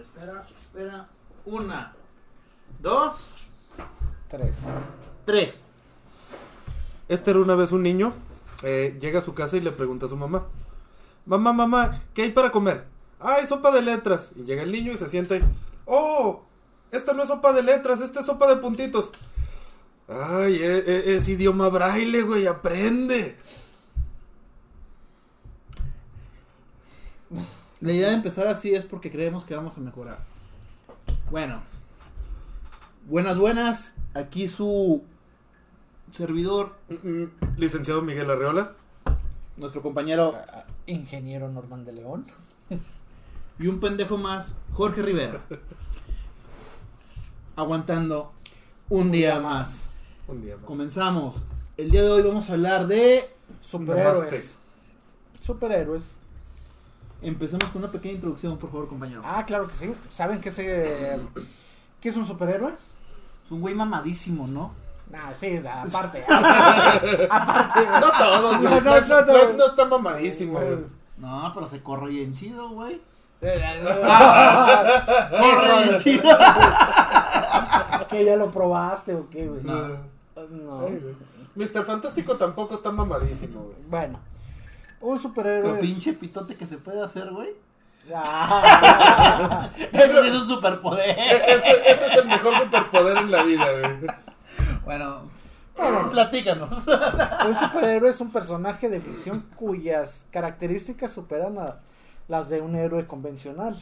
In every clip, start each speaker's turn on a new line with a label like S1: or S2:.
S1: Espera, espera. Una, dos,
S2: Tres.
S1: tres.
S3: Este era una vez un niño, eh, llega a su casa y le pregunta a su mamá, mamá, mamá, ¿qué hay para comer? Ay, sopa de letras. Y llega el niño y se siente, oh, esta no es sopa de letras, esta es sopa de puntitos. Ay, e- e- es, idioma braille, güey, aprende.
S1: La idea de empezar así es porque creemos que vamos a mejorar. Bueno. Buenas, buenas. Aquí su servidor,
S3: Licenciado Miguel Arreola.
S1: nuestro compañero
S2: Ah, Ingeniero Norman de León.
S1: y un pendejo más, Jorge Rivera. Aguantando un día más.
S3: Un día más.
S1: Comenzamos. El día de hoy vamos a hablar de...
S2: Superhéroes. Superhéroes.
S1: Empecemos con una pequeña introducción, por favor, compañero.
S2: Ah, claro que sí. ¿Saben qué, se, qué es un superhéroe?
S1: Es un güey mamadísimo, ¿no?
S2: Nah, sí, da- aparte. Ah, aparte, aparte, güey.
S3: No todos, güey.
S2: No, no,
S3: Flash-
S2: no, no.
S3: Flash no está mamadísimo, güey.
S1: No, pero se corre bien chido, güey.
S2: Corre bien chido. que ya lo probaste o qué, güey.
S1: No.
S2: No.
S3: Ay, güey. Mr. Fantástico tampoco está mamadísimo, güey.
S2: Bueno, un
S1: Pero
S2: superhéroe. es-
S1: pinche pitote que se puede hacer, güey.
S2: Ah,
S1: Eso sí es un superpoder.
S3: E- Ese, ese es el mejor superpoder en la vida, güey.
S1: Bueno, platícanos.
S2: un superhéroe es un personaje de ficción cuyas características superan a las de un héroe convencional.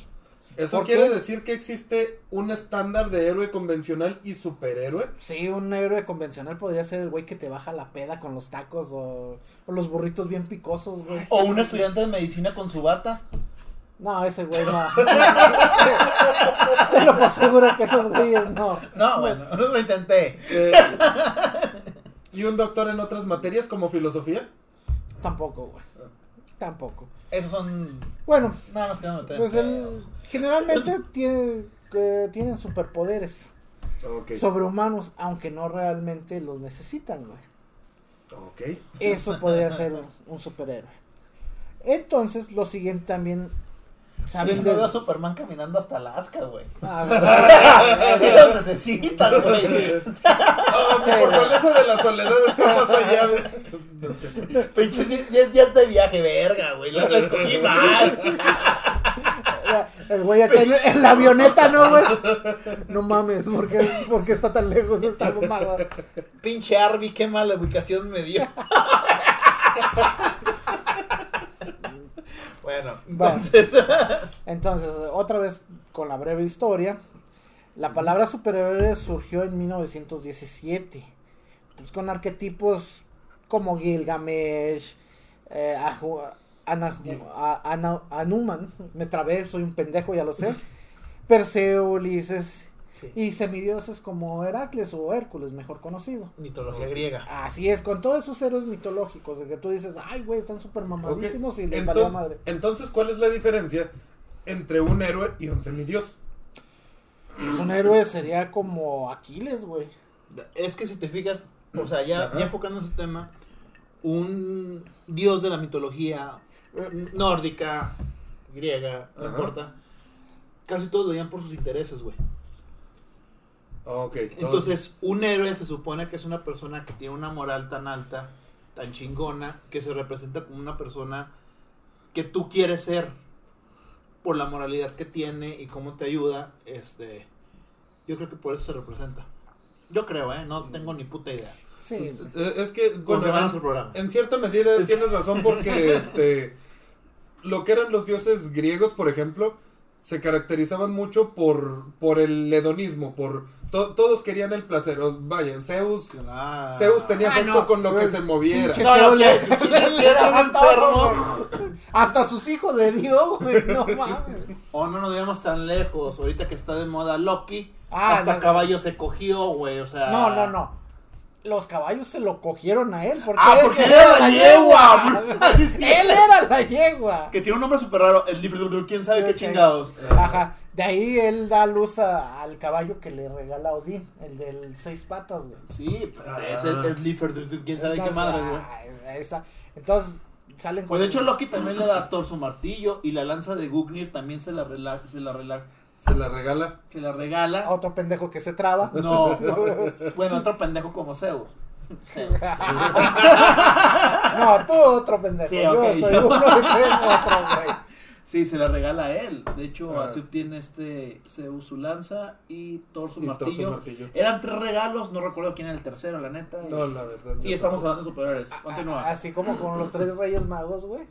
S3: ¿Eso
S2: ¿Por
S3: quiere
S2: qué?
S3: decir que existe un estándar de héroe convencional y superhéroe?
S2: Sí, un héroe convencional podría ser el güey que te baja la peda con los tacos o, o los burritos bien picosos, güey.
S1: O un estudiante de medicina con su bata.
S2: No, ese güey no. te lo aseguro que esos güeyes no.
S1: No, bueno, lo intenté.
S3: Eh, ¿Y un doctor en otras materias como filosofía?
S2: Tampoco, güey. Tampoco.
S1: Esos son.
S2: Bueno,
S1: Nada más que no meter en
S2: pues el,
S1: pedos.
S2: generalmente tiene, eh, tienen superpoderes.
S3: Ok.
S2: sobrehumanos, aunque no realmente los necesitan, güey.
S3: ok.
S2: Eso podría ser un, un superhéroe. Entonces, lo siguiente también.
S1: Yo
S2: Saben
S1: veo a
S2: de.
S1: Superman caminando hasta Alaska, güey.
S2: Ah, bueno,
S1: Sí, lo necesitan, güey.
S3: Ah, mi fortaleza de la soledad está más allá de...
S1: Pinches 10 días de viaje, verga, güey. Lo lo escogí mal.
S2: el güey acá en, en la avioneta, ¿no, güey? No mames, ¿por qué, por qué está tan lejos esta mamada?
S1: Pinche Arby, qué mala ubicación me dio. bueno,
S2: Va.
S1: entonces.
S2: Entonces, otra vez con la breve historia. La palabra superhéroe surgió en 1917. Pues con arquetipos como Gilgamesh, eh, Aju- Anaju- A- Ana- Anuman, me trabé, soy un pendejo, ya lo sé. Perseo, Ulises
S1: Sí.
S2: y semidioses como Heracles o Hércules, mejor conocido.
S1: Mitología griega.
S2: Así es, con todos esos héroes mitológicos, de que tú dices, ay, güey, están súper
S3: Ok.
S2: mamadísimos y les
S3: Ento-
S2: valió madre.
S3: Entonces, ¿cuál es la diferencia entre un héroe y un semidios?
S2: Pues un héroe sería como Aquiles, güey.
S1: Es que si te fijas, o sea, ya,
S3: Ajá.
S1: ya enfocando en su tema, un dios de la mitología eh, nórdica, griega, no
S3: Ajá.
S1: importa, casi todos lo llaman por sus intereses, güey.
S3: Ok.
S1: Entonces, un héroe se supone que es una persona que tiene una moral tan alta, tan chingona, que se representa como una persona que tú quieres ser por la moralidad que tiene y cómo te ayuda. Este, yo creo que por eso se representa. Yo creo, ¿eh? No tengo ni puta idea.
S2: Sí.
S1: Pues,
S3: Eh, Es que,
S1: Bueno,
S3: bueno,
S1: van a
S3: en-
S1: hacer programa.
S3: En cierta medida
S1: Es-
S3: tienes razón porque este lo que eran los dioses griegos, por ejemplo, se caracterizaban mucho por por el hedonismo, por to- todos querían el placer. O- vaya, Zeus
S1: Claro.
S3: Zeus tenía
S2: Ah,
S3: sexo
S2: no.
S3: con lo que se moviera.
S2: Pinche
S1: No, no,
S2: Zeus le-
S1: que- que- que
S2: le
S1: es un
S2: daban todo,
S1: enfermo.
S2: güey. Hasta sus hijos le dio, güey. No mames.
S1: O no nos veamos tan lejos. Ahorita que está de moda Loki,
S2: Ah,
S1: hasta
S2: no.
S1: caballo se cogió, güey. O sea.
S2: No, no, no. Los caballos se lo cogieron a él. Porque
S1: Ah,
S2: él
S1: porque él era la yegua. Ay, sí.
S2: él era la yegua.
S1: Que tiene un nombre súper raro, el Liverpool, quién sabe qué
S2: Ok.
S1: chingados.
S2: Ajá. De ahí él da luz a- al caballo que le regala Odín. El del seis patas, güey.
S1: Sí, pues,
S3: Ah.
S1: es el es Liverpool, quién sabe qué
S2: Entonces,
S1: madre, güey.
S2: ah, ahí está. Entonces salen
S1: Pues de hecho Loki también le da a Thor su martillo y la lanza de Gugnir también se la rela- se la rela-
S3: se la regala.
S1: Se la regala.
S2: A otro pendejo que se traba.
S1: No, no. bueno, otro pendejo como Zeus. Zeus.
S2: No, tú otro pendejo.
S1: Sí,
S2: yo
S1: ok,
S2: soy
S1: yo.
S2: uno y tú eres otro, güey.
S1: Sí, se la regala a él. De hecho,
S3: Ah.
S1: así obtiene este Zeus su lanza y Thor su
S3: Y Thor su
S1: martillo.
S3: martillo.
S1: Eran tres regalos, no recuerdo quién era el tercero, la neta.
S3: No, la verdad.
S1: y
S3: yo
S1: estamos
S3: tampoco.
S1: hablando de superhéroes. Continúa.
S2: Así como con los tres reyes magos, güey.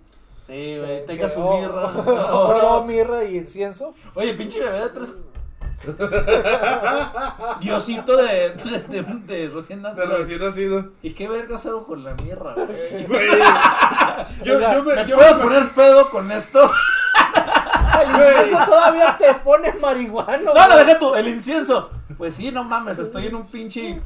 S1: Sí,
S2: Que-
S1: güey. Tenga
S2: que
S1: su
S2: o-
S1: mirra.
S2: Oro, mirra y incienso.
S1: Oye, pinche bebé de tres. Diosito de, de, de, de recién
S3: De
S1: nacido.
S3: recién nacido.
S1: ¿Y qué verga hago con la mierda, güey?
S3: Güey. Yo,
S2: O sea,
S3: yo me.
S1: ¿Me
S3: yo
S1: puedo
S3: me-
S1: poner pedo con esto?
S2: El incienso todavía te pone marihuano.
S1: No, no,
S2: güey.
S1: deja tú, el incienso. Pues sí, no mames, estoy en un pinche.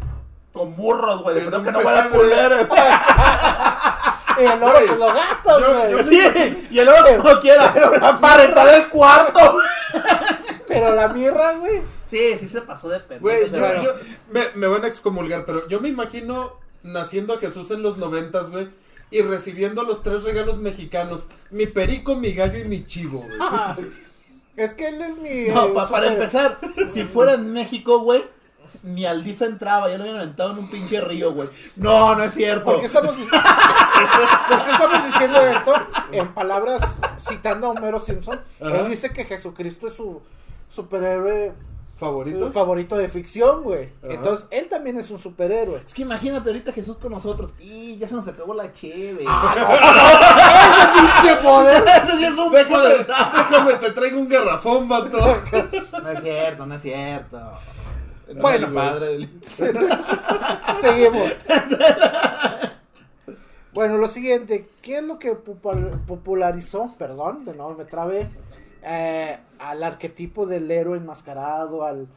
S1: Con burros, güey.
S3: En
S1: Espero
S3: un
S1: que no huela a
S3: pesebre.
S1: culero.
S2: Y el oro pues lo gastas,
S3: Yo-
S2: güey.
S3: yo
S1: Sí, y el oro como quiera. Para rentar el cuarto.
S2: Pero la mirra, güey.
S1: Sí, sí se pasó de pendejo.
S3: Güey,
S1: ese
S3: yo-
S1: güey.
S3: yo- me, me van a excomulgar, pero yo me imagino naciendo a Jesús en los noventas, güey, y recibiendo los tres regalos mexicanos, mi perico, mi gallo y mi chivo, güey.
S2: Es que él es mi.
S1: No,
S2: eh,
S1: pa- para
S2: super-
S1: empezar, si fuera en México, güey, ni al DIF entraba, ya lo habían aventado en un pinche río, güey. No, no es cierto.
S2: ¿Por qué, estamos, ¿Por qué estamos diciendo esto? En palabras, citando a Homero Simpson,
S3: Ajá.
S2: él dice que Jesucristo es su superhéroe
S3: ¿Favorito?
S2: eh, favorito de ficción, güey.
S3: Ajá.
S2: Entonces, él también es un superhéroe.
S1: Es que imagínate ahorita Jesús con nosotros. Y ya se nos acabó la cheve.
S2: ¡Pinche poder!
S1: Ese sí es un
S3: déjame,
S1: poder.
S3: déjame, te traigo un garrafón, vato.
S1: No es cierto, no es cierto. No,
S2: Bueno,
S1: mi padre. del-
S2: Seguimos. Bueno, lo siguiente, ¿qué es lo que popul- popularizó, perdón, de nuevo me trabé, eh, al arquetipo del héroe enmascarado, al,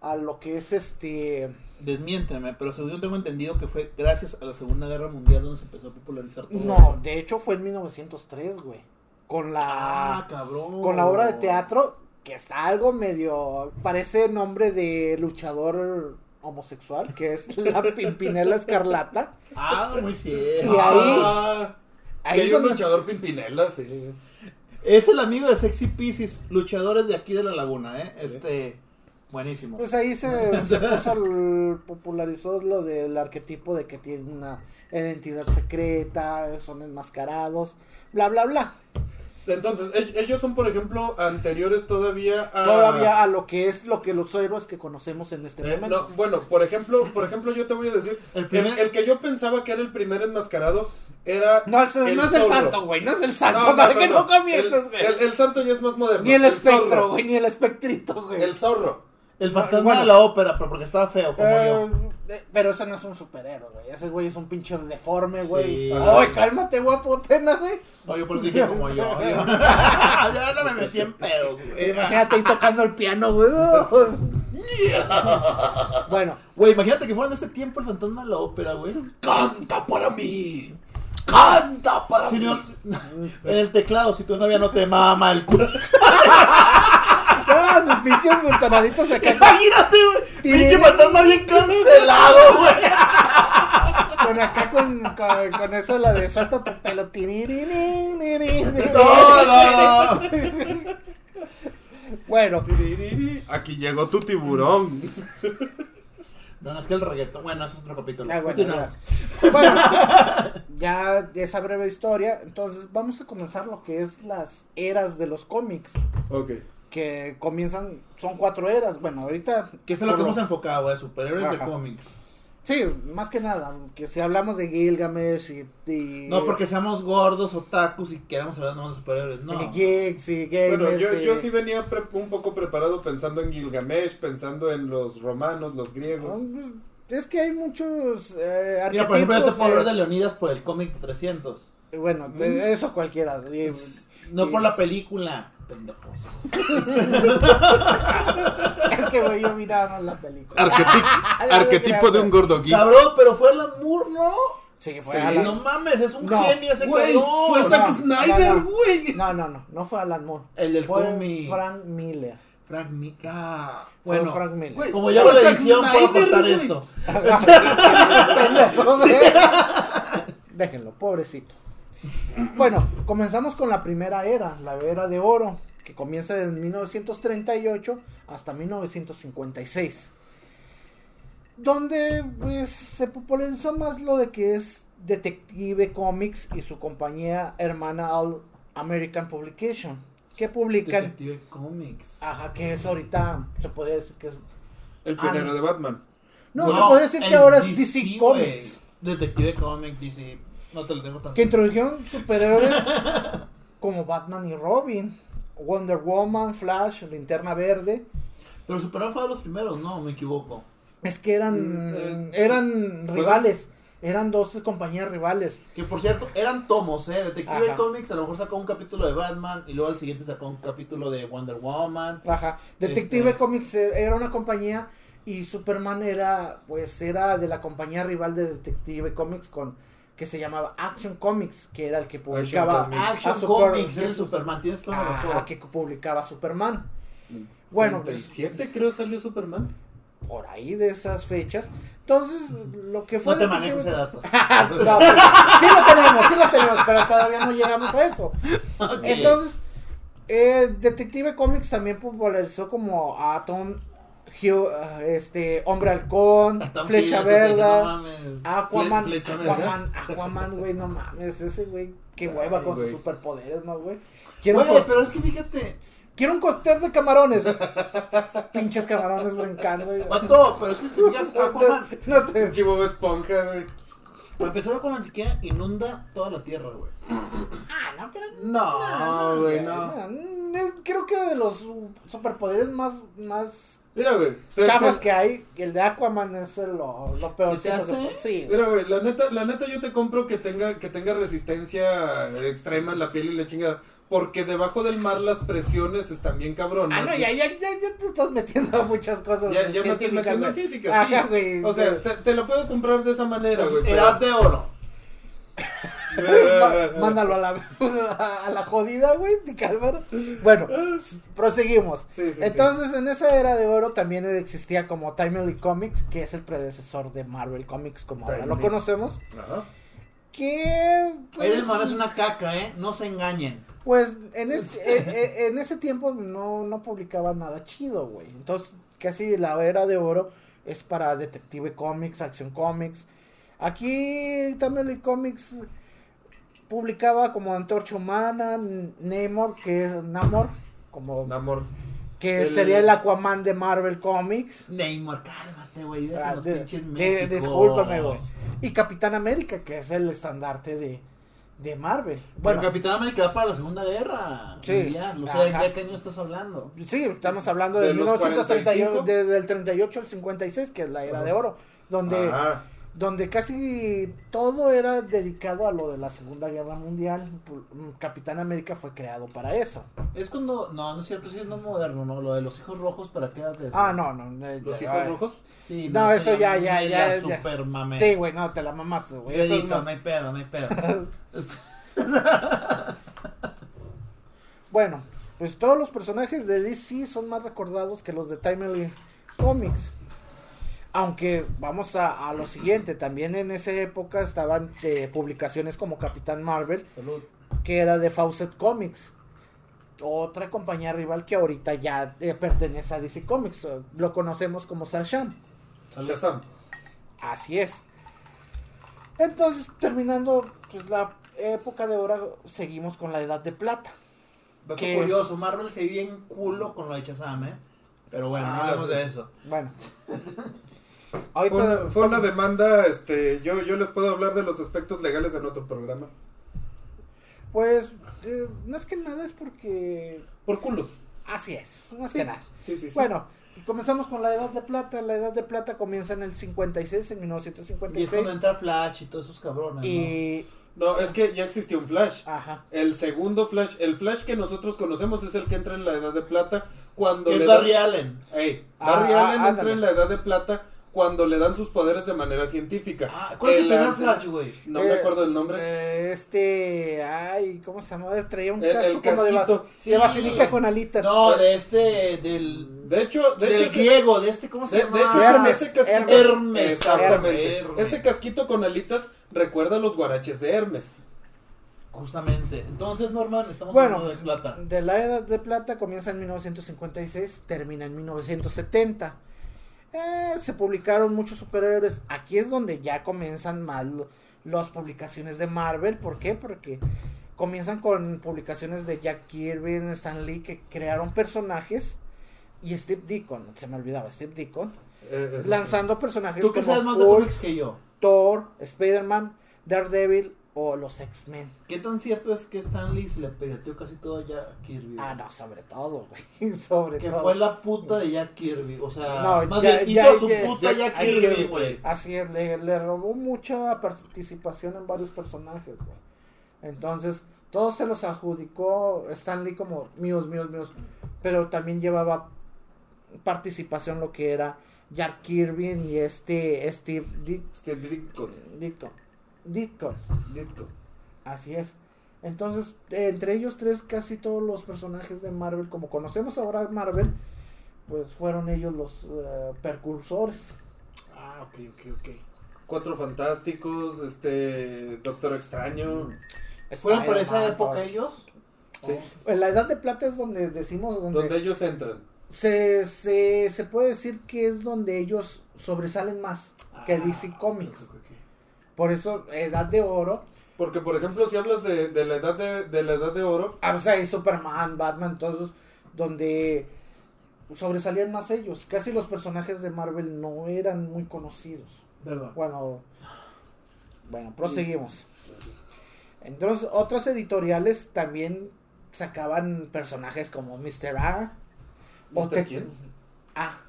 S2: a lo que es este...
S1: Desmiénteme, pero según yo tengo entendido que fue gracias a la Segunda Guerra Mundial donde se empezó a popularizar todo.
S2: No, de hecho fue en 1903, güey, con
S1: Ah,
S2: la,
S1: cabrón.
S2: con la obra de teatro, que está algo medio, parece nombre de luchador homosexual, que es la Pimpinela Escarlata.
S1: Ah, muy cierto.
S2: Y ahí-
S3: Ah,
S2: Ahí
S3: sí, hay
S2: es
S3: un
S2: donde-
S3: luchador pimpinela, sí.
S1: Es el amigo de Sexy Pisces, luchadores de aquí de la laguna, ¿eh? Este, buenísimo.
S2: Pues ahí se, se puso el- popularizó lo del arquetipo de que tiene una identidad secreta, son enmascarados, bla, bla, bla.
S3: Entonces, e- ellos son, por ejemplo, anteriores todavía a...
S2: Todavía a lo que es lo que los héroes que conocemos en este
S3: Eh, no,
S2: momento.
S3: bueno, por ejemplo, por ejemplo, yo te voy a decir,
S1: El
S3: el,
S1: primer-
S3: el que yo pensaba que era el primer enmascarado era
S2: No, es- no es el
S3: zorro.
S2: santo, güey, no es el santo,
S3: No, no,
S2: para
S3: no,
S2: que
S3: no.
S2: no comiences, güey.
S3: El, el- el santo ya es más moderno.
S2: Ni el espectro,
S3: zorro.
S2: güey, ni el espectrito, güey.
S3: El zorro.
S1: El fantasma
S2: Bueno.
S1: de la ópera, pero porque estaba feo, como
S2: Eh,
S1: yo.
S2: eh, pero ese no es un superhéroe, güey. Ese güey es un pinche deforme,
S1: Sí.
S2: güey.
S1: Ajá.
S2: Ay, cálmate, guapotena, güey.
S1: No, yo por eso dije como yo. Eh, yo- ya no me metí en pedos, güey.
S2: Imagínate ahí tocando el piano, güey. bueno,
S1: Güey, imagínate que fueran de este tiempo el fantasma de la ópera, güey.
S3: Canta para mí. Canta para
S1: Si no- en el teclado, si tu novia no te mama el culo.
S2: ah, sus pinches montonaditos acá
S1: Imagínate, güey. Pinche fantasma bien cancelado, güey.
S2: con, con acá con, con, con eso la de suelta tu pelo. Tiririririri.
S1: No, no, no.
S2: Bueno,
S3: Aquí llegó tu tiburón.
S1: No, no, es que el reggaetón. Bueno, eso es otro capítulo.
S2: ah, bueno,
S1: Continuamos.
S2: ya. Bueno, ya de esa breve historia, entonces vamos a comenzar lo que es las eras de los cómics.
S3: Ok.
S2: Eh, Que comienzan, son cuatro eras. Bueno, ahorita.
S1: Que es a lo
S2: por
S1: que hemos enfocado, güey. Superhéroes de
S2: Ajá.
S1: cómics.
S2: Sí, más que nada, que si hablamos de Gilgamesh y... y-
S1: No porque seamos gordos, otakus y queramos hablar nomás de superhéroes, no.
S2: y geeks y gamers
S3: Bueno, yo,
S2: y-
S3: yo sí venía pre- un poco preparado pensando en Gilgamesh, pensando en los romanos, los griegos.
S2: Ah. Es que hay muchos eh,
S1: Mira, por ejemplo, yo te
S2: arquetipos,
S1: puedo hablar Mm. de
S2: eh,
S1: Leonidas por el cómic 300.
S2: Bueno, te- eso cualquiera. y- es
S1: No
S2: Sí.
S1: por la película, pendejos.
S2: que, güey, yo vi nada más la película.
S4: Arquetipo de un gordo geek.
S1: Cabrón, pero fue Alan Moore, ¿no?
S2: Sí, fue
S1: Sí,
S2: Alan-
S1: No mames, es un
S2: No.
S1: genio ese
S3: Güey,
S1: cabrón.
S3: fue Zack
S2: no,
S3: Snyder,
S2: no, no.
S3: güey.
S2: No, no, no, no fue Alan Moore.
S1: El del
S2: fue
S1: cómic.
S2: Frank Miller.
S1: Frank Mica.
S2: Fue
S1: Bueno,
S2: Frank Miller. Ah,
S3: güey.
S1: como ya
S3: Fue
S1: la
S3: Zack
S1: edición puedo
S3: Snyder,
S1: cortar
S3: güey.
S1: esto.
S2: este Pendejo, güey. Déjenlo, pobrecito. Bueno, comenzamos con la primera era, la era de oro, que comienza en 1938 hasta 1956. Donde pues, se popularizó más lo de que es Detective Comics y su compañía hermana All American Publication. Que publican.
S5: Detective Comics.
S2: Ajá, que es ahorita. Se podría decir que es.
S3: El pionero
S2: Ah.
S3: de Batman.
S2: No,
S1: No,
S2: se podría decir que
S5: es
S2: ahora es DC,
S5: DC,
S2: Comics.
S1: Detective Comic, DC. No te lo tengo tan.
S2: Que introdujeron superhéroes como Batman y Robin, Wonder Woman, Flash, Linterna Verde.
S1: Pero Superman fue de los primeros, no, me equivoco.
S2: Es que eran,
S3: Mm, eh,
S2: eran
S3: fue-
S2: rivales, eran dos compañías rivales.
S1: Que por cierto, eran tomos, ¿eh? Detective
S2: Ajá.
S1: Comics a lo mejor sacó un capítulo de Batman y luego al siguiente sacó un capítulo de Wonder Woman.
S2: Ajá. Detective
S1: Este-
S2: Comics e- era una compañía y Superman era, pues, era de la compañía rival de Detective Comics con que se llamaba Action Comics, que era el que publicaba
S3: Comics.
S1: Action
S2: Ah, Super-
S1: Comics,
S2: que
S1: es
S2: es-
S1: Superman, tienes toda la
S2: Ajá,
S1: razón.
S2: Ah, que publicaba Superman.
S3: Mm.
S2: Bueno, pues,
S3: 37 creo salió Superman.
S2: por ahí de esas fechas. Entonces, lo que fue.
S1: No te
S2: Detective-
S1: manejo ese dato.
S2: No, pues, sí lo tenemos, sí lo tenemos, pero todavía no llegamos a eso. Entonces, eh, Detective Comics también popularizó como a Tom Hugh, ah, este, Hombre Halcón,
S1: Hasta un tío,
S2: Flecha
S1: ese que
S2: Verda,
S1: no mames.
S2: Aquaman,
S3: Fle- Flecha Verda.
S2: Aquaman, Aquaman, güey, no mames, ese güey, que hueva
S3: Ay,
S2: con
S3: güey.
S2: sus superpoderes, ¿no, güey? Quiero, un
S1: Güey,
S2: co-
S1: pero es que fíjate,
S2: quiero un cóctel de camarones. Pinches camarones brincando. y-
S1: Vato, pero es que si te
S2: Ah,
S1: fijas,
S3: Ah,
S1: Aquaman,
S2: No te-
S3: Chivo Bob Esponja, güey.
S1: para empezar, Aquaman siquiera inunda toda la tierra, güey.
S2: Ah, no, pero
S3: No, güey, no.
S2: Mm, es- Creo que de los superpoderes más, más
S3: Mira, güey. te-
S2: chafas
S3: te-
S2: que hay, el de Aquaman es el lo, lo peor.
S1: ¿Se te hace?
S2: Sí.
S3: Mira, güey, la neta, la neta yo te compro que tenga, que tenga resistencia extrema en la piel y la chingada. Porque debajo del mar las presiones están bien cabronas.
S2: Ah, no, ya, ya, ya, ya te estás metiendo a muchas cosas.
S3: Ya, ya me estoy
S2: científicas,
S3: metiendo en
S2: güey.
S3: física,
S2: Ajá,
S3: sí.
S2: güey. Pues, eh,
S3: O sea, te, te lo puedo comprar de esa manera, güey. pero-
S1: Edad de oro.
S2: ah, Ma- Mándalo a la, a la jodida, güey, te calmaron. Bueno, s- proseguimos.
S3: Sí, sí, sí.
S2: Entonces, en esa era de oro también existía como Timely Comics, que es el predecesor de Marvel Comics, como ahora lo
S3: Timely.
S2: conocemos.
S3: Ajá.
S2: Que pues,
S1: Iron Man es una caca, ¿eh? No se engañen.
S2: pues, en este e- e- en ese tiempo no, no publicaba nada chido, güey. Entonces, casi la era de oro es para Detective Comics, Action Comics. Aquí también el Comics publicaba como Antorcha Humana, N- Namor, que es Namor, como
S3: Namor.
S2: que
S3: el-
S2: sería el Aquaman de Marvel Comics.
S1: Neymar, cálmate, güey. ves
S2: Ah,
S1: en los
S2: de-
S1: pinches
S2: de-
S1: Méxicos.
S2: discúlpame, güey. Y Capitán América, que es el estandarte de, de Marvel.
S1: Bueno,
S2: Bueno,
S1: Capitán América va para la Segunda Guerra.
S2: Sí.
S1: Mundial. O sea,
S2: Ajá.
S1: ¿de qué año estás hablando?
S2: Sí, estamos hablando
S3: De
S2: de,
S3: los
S2: 1938,
S3: 45.
S2: desde el 38 al 56, que es la era de oro, donde,
S3: Ajá.
S2: donde casi todo era dedicado a lo de la Segunda Guerra Mundial. Pu- mm, Capitán América fue creado para eso.
S3: Pues
S1: Es cuando. No, no es cierto, sí es no moderno, ¿no? Lo de los hijos rojos, ¿para qué edad es?
S2: Ah, no, no. eh,
S3: ¿Los
S2: eh,
S3: hijos
S2: ay.
S3: rojos?
S1: Sí,
S2: No, eso ya, ya,
S1: me
S2: ya,
S1: la
S2: ya.
S1: Super mame.
S2: Sí, güey, no, te la mamaste, güey. eso es
S1: Edito,
S2: más-
S1: no hay pedo, no hay pedo.
S2: Bueno, pues todos los personajes de DC son más recordados que los de Timely Comics. Aunque vamos a, a lo siguiente, también en esa época estaban eh, publicaciones como Capitán Marvel,
S1: Salud.
S2: que era de Fawcett Comics. Otra compañía rival que ahorita ya eh, pertenece a DC Comics. eh, Lo conocemos como Sasham.
S3: Shazam.
S2: Así es. Entonces, terminando pues, la época de ahora, seguimos con la Edad de Plata.
S1: Dato
S2: ¿Qué?
S1: curioso, Marvel se vio en culo con lo de Shazam, ¿eh? Pero bueno, no
S3: Ah,
S1: hablemos
S3: sí.
S1: de eso.
S2: Bueno.
S3: Fue
S2: Ahorita,
S3: una, fue una demanda, este, yo, yo les puedo hablar de los aspectos legales en otro programa.
S2: pues, eh, más que nada es porque
S3: Por culos.
S2: así es, más
S3: Sí.
S2: que nada.
S3: Sí, sí, sí.
S2: Bueno, y comenzamos con la Edad de Plata. La Edad de Plata comienza en el 56,
S1: Y es
S2: en
S1: cuando
S2: 1956.
S1: entra Flash y todos esos cabrones,
S2: Y,
S3: No, es que ya existió un Flash.
S2: ajá,
S3: El segundo Flash, el Flash que nosotros conocemos es el que entra en la Edad de Plata
S1: ¿no?
S3: cuando
S1: Que
S3: le
S1: es
S3: dan-
S1: Barry Allen.
S3: Ey,
S2: Ah,
S3: Barry
S2: ah,
S3: Allen entra
S2: ándale.
S3: en la Edad de Plata cuando le dan sus poderes de manera científica.
S1: Ah, ¿Cuál es el primer
S3: ante-
S1: Flash, güey?
S3: No
S2: Eh,
S3: me acuerdo el nombre.
S2: eh, este, ay, ¿cómo se llama? Traía un
S3: El-
S2: casco
S3: el
S2: como de, bas-
S3: casquito.
S2: de
S1: Sí.
S2: basilica con alitas.
S1: No, de este, del...
S3: de hecho, de
S1: del
S3: hecho, ese-
S1: griego, de este, ¿cómo se
S3: de, de
S1: llama?
S3: hecho,
S2: Hermes,
S3: ese casquito,
S2: Hermes.
S1: Hermes,
S3: Exactamente.
S1: Hermes.
S3: Ese casquito con alitas recuerda a los guaraches de Hermes.
S1: Justamente. Entonces, Norman, estamos
S2: Bueno,
S1: hablando de plata.
S2: De la Edad de Plata comienza en 1956, termina en 1970. Eh, se publicaron muchos superhéroes. Aquí es donde ya comienzan más lo- las publicaciones de Marvel. ¿Por qué? Porque comienzan con publicaciones de Jack Kirby, Stan Lee, que crearon personajes. Y Steve Deacon, se me olvidaba, Steve Deacon.
S3: Eh, es-
S2: Lanzando personajes
S1: Tú que sabes
S2: como
S1: más de
S2: Hulk,
S1: cómics que yo.
S2: Thor, Spider-Man, Daredevil o los X-Men.
S1: ¿Qué tan cierto es que Stan Lee se le pirateó casi todo a Jack Kirby?
S2: Ah, no, sobre todo, güey. Sobre
S1: Que
S2: todo.
S1: fue la puta de Jack Kirby. O sea,
S2: No,
S1: más
S2: ya-
S1: bien
S2: ya-
S1: hizo a su
S2: ya-
S1: puta
S2: ya-
S1: Jack
S2: ahí
S1: Kirby,
S2: Kirby,
S1: güey.
S2: Así es, le, le robó mucha participación en varios personajes, güey. Entonces, todos se los adjudicó Stanley como míos, míos, míos. Pero también llevaba participación lo que era Jack Kirby y este Steve Dit-
S3: Steve este, Ditko.
S2: Ditko. Ditko,
S3: Ditko.
S2: así es. Entonces, eh, entre ellos tres, casi todos los personajes de Marvel, como conocemos ahora Marvel, pues fueron ellos los eh, precursores.
S6: Ah, ok, ok, ok.
S3: Cuatro Fantásticos, este Doctor Extraño.
S6: ¿Fueron por esa
S2: Spider-Man,
S6: época
S2: todos.
S6: ellos?
S3: Sí.
S1: Oh.
S2: En la edad de plata es donde decimos, donde,
S3: Donde ellos entran.
S2: Se, se, se puede decir que es donde ellos sobresalen más que
S6: Ah,
S2: DC Comics.
S6: ok, ok, ok.
S2: Por eso, edad de oro,
S3: Porque, por ejemplo, si hablas de, de la edad de, de la edad de oro,
S2: ah, o sea, hay Superman, Batman, todos esos, donde sobresalían más ellos. Casi los personajes de Marvel no eran muy conocidos.
S1: Perdón.
S2: Bueno, bueno, proseguimos. Entonces, otras editoriales también sacaban personajes como Mr. R. o
S3: ¿Mr.
S2: Tec-
S3: quién?
S2: Ah,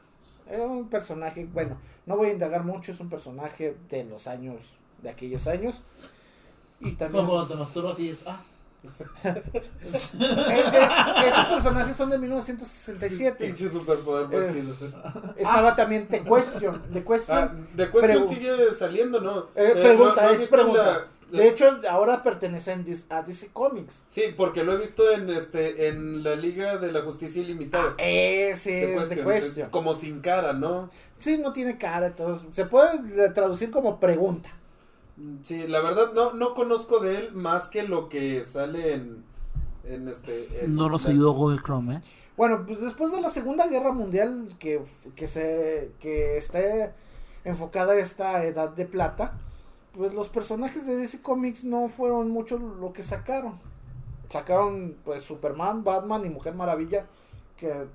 S2: era un personaje, bueno, no voy a indagar mucho, es un personaje de los años, de aquellos años. Y también...
S1: Fue cuando te masturbas y es, ah,
S2: Eh, eh, esos personajes son de 1967.
S3: Pinche superpoder más
S2: Eh.
S3: chido.
S2: Estaba también The Question. The
S3: Ah,
S2: Question.
S3: de Question
S2: Pregu-
S3: sigue saliendo, ¿no?
S2: Eh,
S3: Eh,
S2: pregunta,
S3: ¿no- no has
S2: es
S3: visto
S2: pregunta.
S3: la- la-
S2: De hecho, ahora pertenecen dis- a DC Comics.
S3: Sí, porque lo he visto en este en la Liga de la Justicia Ilimitada.
S2: Ese
S3: The
S2: Ah, es de
S3: Question,
S2: cuestión.
S3: Como sin cara, ¿no?
S2: Sí, no tiene cara, entonces se puede eh, traducir como pregunta.
S3: Sí, la verdad no, no conozco de él más que lo que sale en, en este... en- la-
S1: Google Chrome, ¿eh?
S2: Bueno, pues después de la Segunda Guerra Mundial que, f- que se que esté enfocada a esta Edad de Plata, pues los personajes de DC Comics no fueron mucho lo que sacaron. Sacaron pues Superman, Batman y Mujer Maravilla que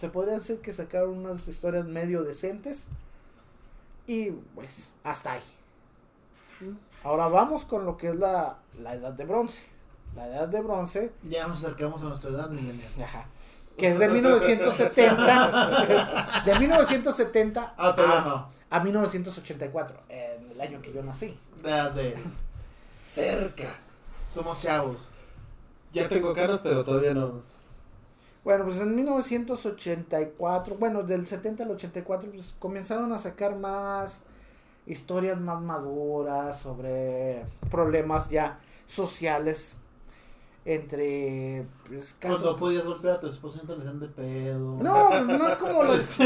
S2: se podría decir que sacaron unas historias medio decentes y pues hasta ahí. Ahora vamos con lo que es la, la Edad de Bronce. La Edad de Bronce
S1: Ya nos acercamos a nuestra edad, milenial.
S2: Ajá. Que es de 1970. de 1970
S1: Ah, pero no.
S2: a 1984. En el año que yo nací.
S1: Espérate.
S3: Cerca.
S1: Somos chavos.
S3: Ya tengo canas, pero todavía no.
S2: Bueno, pues en 1984, bueno, del 70 al 84, pues comenzaron a sacar más historias más maduras sobre problemas ya sociales entre pues, casos-
S1: Cuando podías golpear a tu esposo y no te le dan de pedo.
S2: No, no es como los...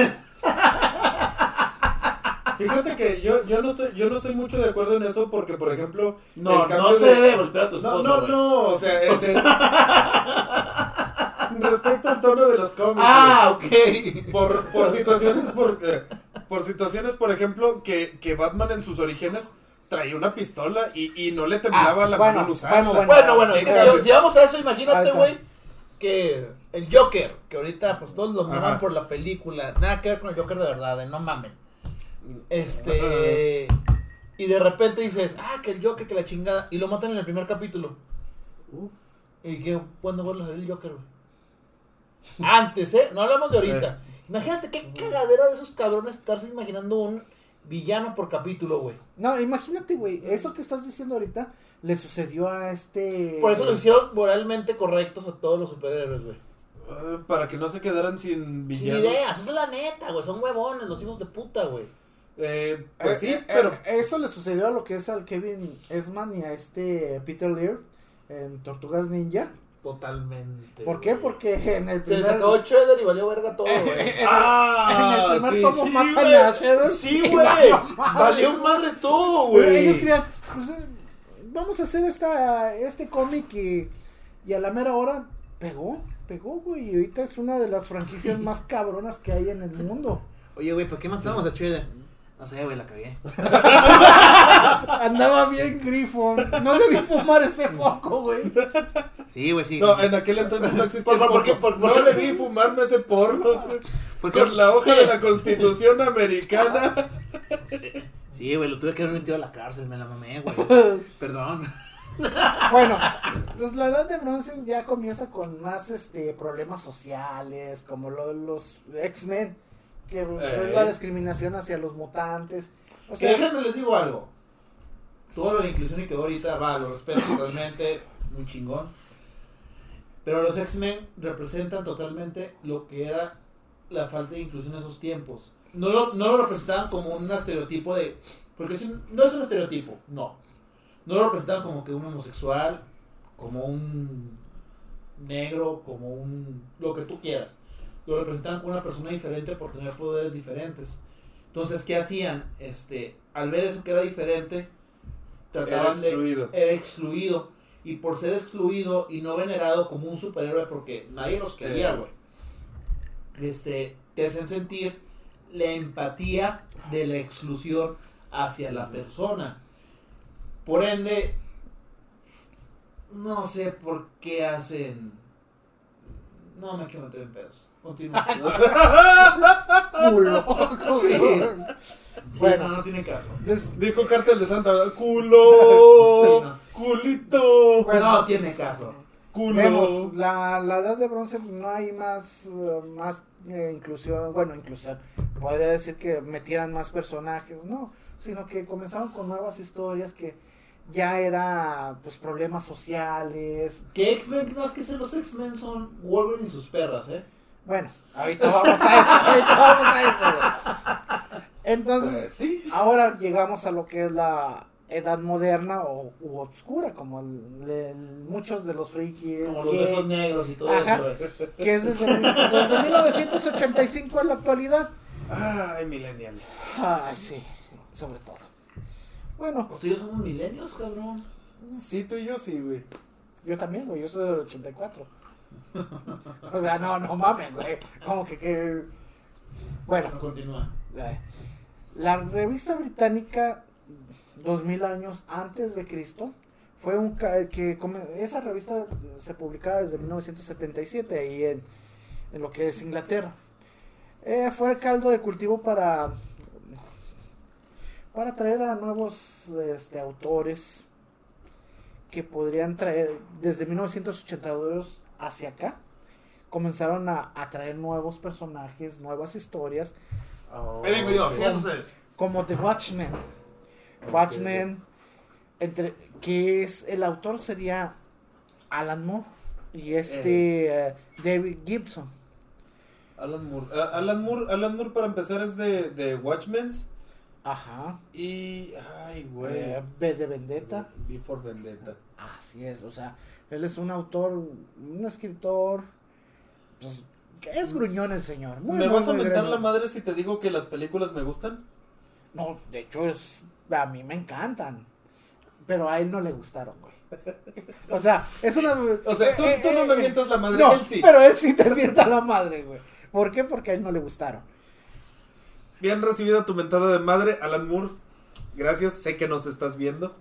S3: Fíjate que yo, yo, no estoy, yo no estoy mucho de acuerdo en eso porque, por ejemplo...
S1: No,
S3: el cambio
S1: no se
S3: de-
S1: debe golpear a tu esposo.
S3: No, no,
S1: güey.
S3: no, o sea, este- respecto al tono de los cómics.
S1: Ah, ok.
S3: güey. por, por situaciones, por, eh, por situaciones, por ejemplo, que, que Batman en sus orígenes traía una pistola y, y no le temblaba
S2: Ah,
S3: la
S2: bueno,
S3: mano al usarla. Eh,
S2: bueno,
S1: Bueno, bueno, es que
S2: Espérame.
S1: si, si vamos a eso,
S2: Ahí
S1: imagínate,
S2: está.
S1: güey, que el Joker, que ahorita pues todos lo maman
S3: Ajá.
S1: por la película, nada que ver con el Joker de verdad, eh, no mamen. Este. Y de repente dices, ah, que el Joker, que la chingada, y lo matan en el primer capítulo. ¿Y que cuando vuelve a salir el Joker, güey? Antes, ¿eh? No hablamos de ahorita. Imagínate qué cagadera de esos cabrones estarse imaginando un villano por capítulo, güey.
S2: No, imagínate, güey, eso que estás diciendo ahorita le sucedió a este...
S1: Por eso lo hicieron moralmente correctos a todos los superhéroes, güey.
S3: Eh, Para que no se quedaran sin
S1: Sin
S3: villanos.
S1: ideas, esa es la neta, güey. Son huevones, los hijos de puta, güey.
S3: Eh, pues
S2: Eh,
S3: sí,
S2: eh,
S3: pero
S2: eh, Eso le sucedió a lo que es al Kevin Esman y a este Peter Lear en Tortugas Ninja.
S1: Totalmente.
S2: ¿Por qué?
S1: güey.
S2: Porque en el
S1: se
S2: primer...
S1: le sacó Shredder y valió verga todo, güey.
S3: Ah,
S2: eh, en el primer
S3: sí,
S2: tomo
S3: sí,
S2: matan
S3: güey.
S2: a Shredder.
S1: Sí, güey. Valió madre todo, güey.
S2: Ellos creían, pues, eh, vamos a hacer esta, este cómic y, y a la mera hora pegó, pegó, güey. Y ahorita es una de las franquicias más cabronas que hay en el mundo.
S1: Oye, güey, ¿por qué matamos a Chile? No sé, güey, la cagué.
S2: Andaba bien grifo. No debí fumar ese foco, güey.
S1: Sí, güey, sí.
S3: No, en aquel entonces no existía.
S6: ¿Por- por-
S3: el
S6: por qué-
S3: porro.
S6: por- por-
S3: no debí fumarme ese porro.
S1: ¿Por qué? Ah,
S3: Con la hoja de la Constitución Americana.
S1: Sí, güey, lo tuve que haber metido a la cárcel, me la mamé, güey. Perdón.
S2: Bueno, pues la edad de bronce ya comienza con más este problemas sociales, como lo de los X-Men, que pues, es la discriminación hacia los mutantes. O
S1: Que
S2: sea,
S1: déjenme les digo algo. Todo lo de la inclusión y que ahorita va, lo respeto totalmente, muy chingón. Pero los X-Men representan totalmente lo que era la falta de inclusión en esos tiempos. No lo, no lo representaban como un estereotipo de... Porque si- no es un estereotipo, no. No lo representaban como que un homosexual, como un negro, como un... lo que tú quieras. Lo representaban como una persona diferente por tener poderes diferentes. Entonces, ¿qué hacían? Este, al ver eso que era diferente, trataban
S3: Era
S1: de
S3: excluido.
S1: era excluido. Y por ser excluido y no venerado como un superhéroe porque nadie los quería,
S3: Eh.
S1: güey. Este, te hacen sentir la empatía de la exclusión hacia la persona. Por ende, no sé por qué hacen... No me quiero meter en pedos. Continúa.
S2: culo.
S1: Sí.
S2: Bueno.
S1: Bueno, no tiene caso.
S2: Pues,
S3: Dijo Cártel de Santa. Culo.
S1: Sí, no.
S3: Culito.
S2: Bueno.
S1: No tiene caso.
S3: Culo.
S2: vemos, la, la edad de bronce pues, no hay más, eh, más eh, inclusión, bueno, inclusión. Podría decir que metieran más personajes, no, sino que comenzaron con nuevas historias que ya era pues problemas sociales.
S1: Que X-Men, más que ser los X-Men, son Wolverine y sus perras, ¿eh?
S2: Bueno, ahorita vamos a eso, ahorita vamos a eso. güey.
S3: Eh,
S2: Entonces,
S3: Sí.
S2: ahora llegamos a lo que es la edad moderna o u obscura, como el- el- muchos de los frikis,
S1: Como los
S2: gays,
S1: besos negros y todo
S2: Ajá.
S1: eso, güey.
S2: que es desde, mil- desde 1985 a la actualidad.
S3: Ay, millennials.
S2: Ay, sí, sobre todo. Bueno,
S1: Pues tú y yo somos milenios, cabrón.
S3: Sí, tú y yo sí, güey.
S2: yo también, güey, yo soy del 84. O sea, no, no mames, güey. Como que, que... Bueno,
S1: Bueno, continúa.
S2: La, la revista británica 2000 años antes de Cristo fue un ca- que come- esa revista se publicaba desde 1977 ahí en, en lo que es Inglaterra. Eh, fue el caldo de cultivo para para traer a nuevos este, autores que podrían traer desde 1982 hacia acá comenzaron a, a traer nuevos personajes, nuevas historias Oh,
S6: Ahí vengo yo,
S3: Ok.
S6: sigan ustedes.
S2: como The Watchmen. Watchmen, entre, que es el autor sería Alan Moore y este eh, David Gibson.
S3: Alan Moore. A- Alan Moore, Alan Moore para empezar es de, de Watchmen's
S2: Ajá.
S3: y ay, güey.
S2: Eh, B de Vendetta.
S3: V for Vendetta.
S2: Así es, o sea, él es un autor, un escritor. pues, que es gruñón el señor. Muy,
S3: ¿Me
S2: muy,
S3: vas a
S2: muy
S3: mentar la
S2: gruñón.
S3: madre si te digo que las películas me gustan?
S2: No, de hecho, es, a mí me encantan. Pero a él no le gustaron, güey. O sea, es una.
S3: O sea, tú,
S2: eh,
S3: tú no
S2: eh,
S3: me
S2: eh,
S3: mientas la madre,
S2: No,
S3: él sí.
S2: pero él sí te mienta la madre, güey. ¿Por qué? Porque a él no le gustaron.
S3: Bien recibida tu mentada de madre, Alan Moore. Gracias, sé que nos estás viendo.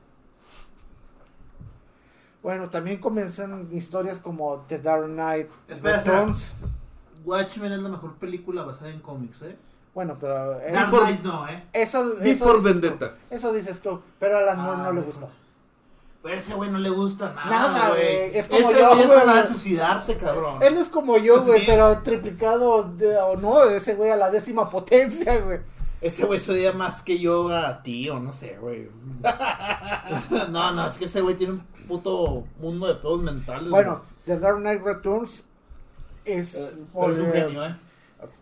S2: Bueno, también comienzan historias como The Dark Knight
S1: Espera,
S2: Returns.
S1: Watchmen es la mejor película basada en cómics, ¿eh?
S2: Bueno, pero... eh,
S1: Dark
S3: for-
S1: Knight no, ¿eh?
S2: eso,
S3: V
S2: eso
S3: for
S2: dices tú,
S3: Vendetta.
S2: eso dices tú, pero a Alan Moore
S1: Ah,
S2: no le
S1: no.
S2: gustó.
S1: Pero ese güey no le gusta nada,
S2: Nada, güey.
S1: güey.
S2: Es como
S1: Ese
S2: yo,
S1: güey
S2: güey.
S1: hasta va a suicidarse, cabrón.
S2: Él es como yo, güey,
S1: Sí.
S2: pero triplicado de- o no, ese güey a la décima potencia, güey.
S1: Ese güey se odia más que yo a ti o no sé, güey. O sea, no, no, es que ese güey tiene un puto mundo de pedos mentales.
S2: Bueno, The Dark Knight Returns es,
S1: güey. Pero
S2: por,
S1: es un
S2: eh,
S1: genio, ¿eh?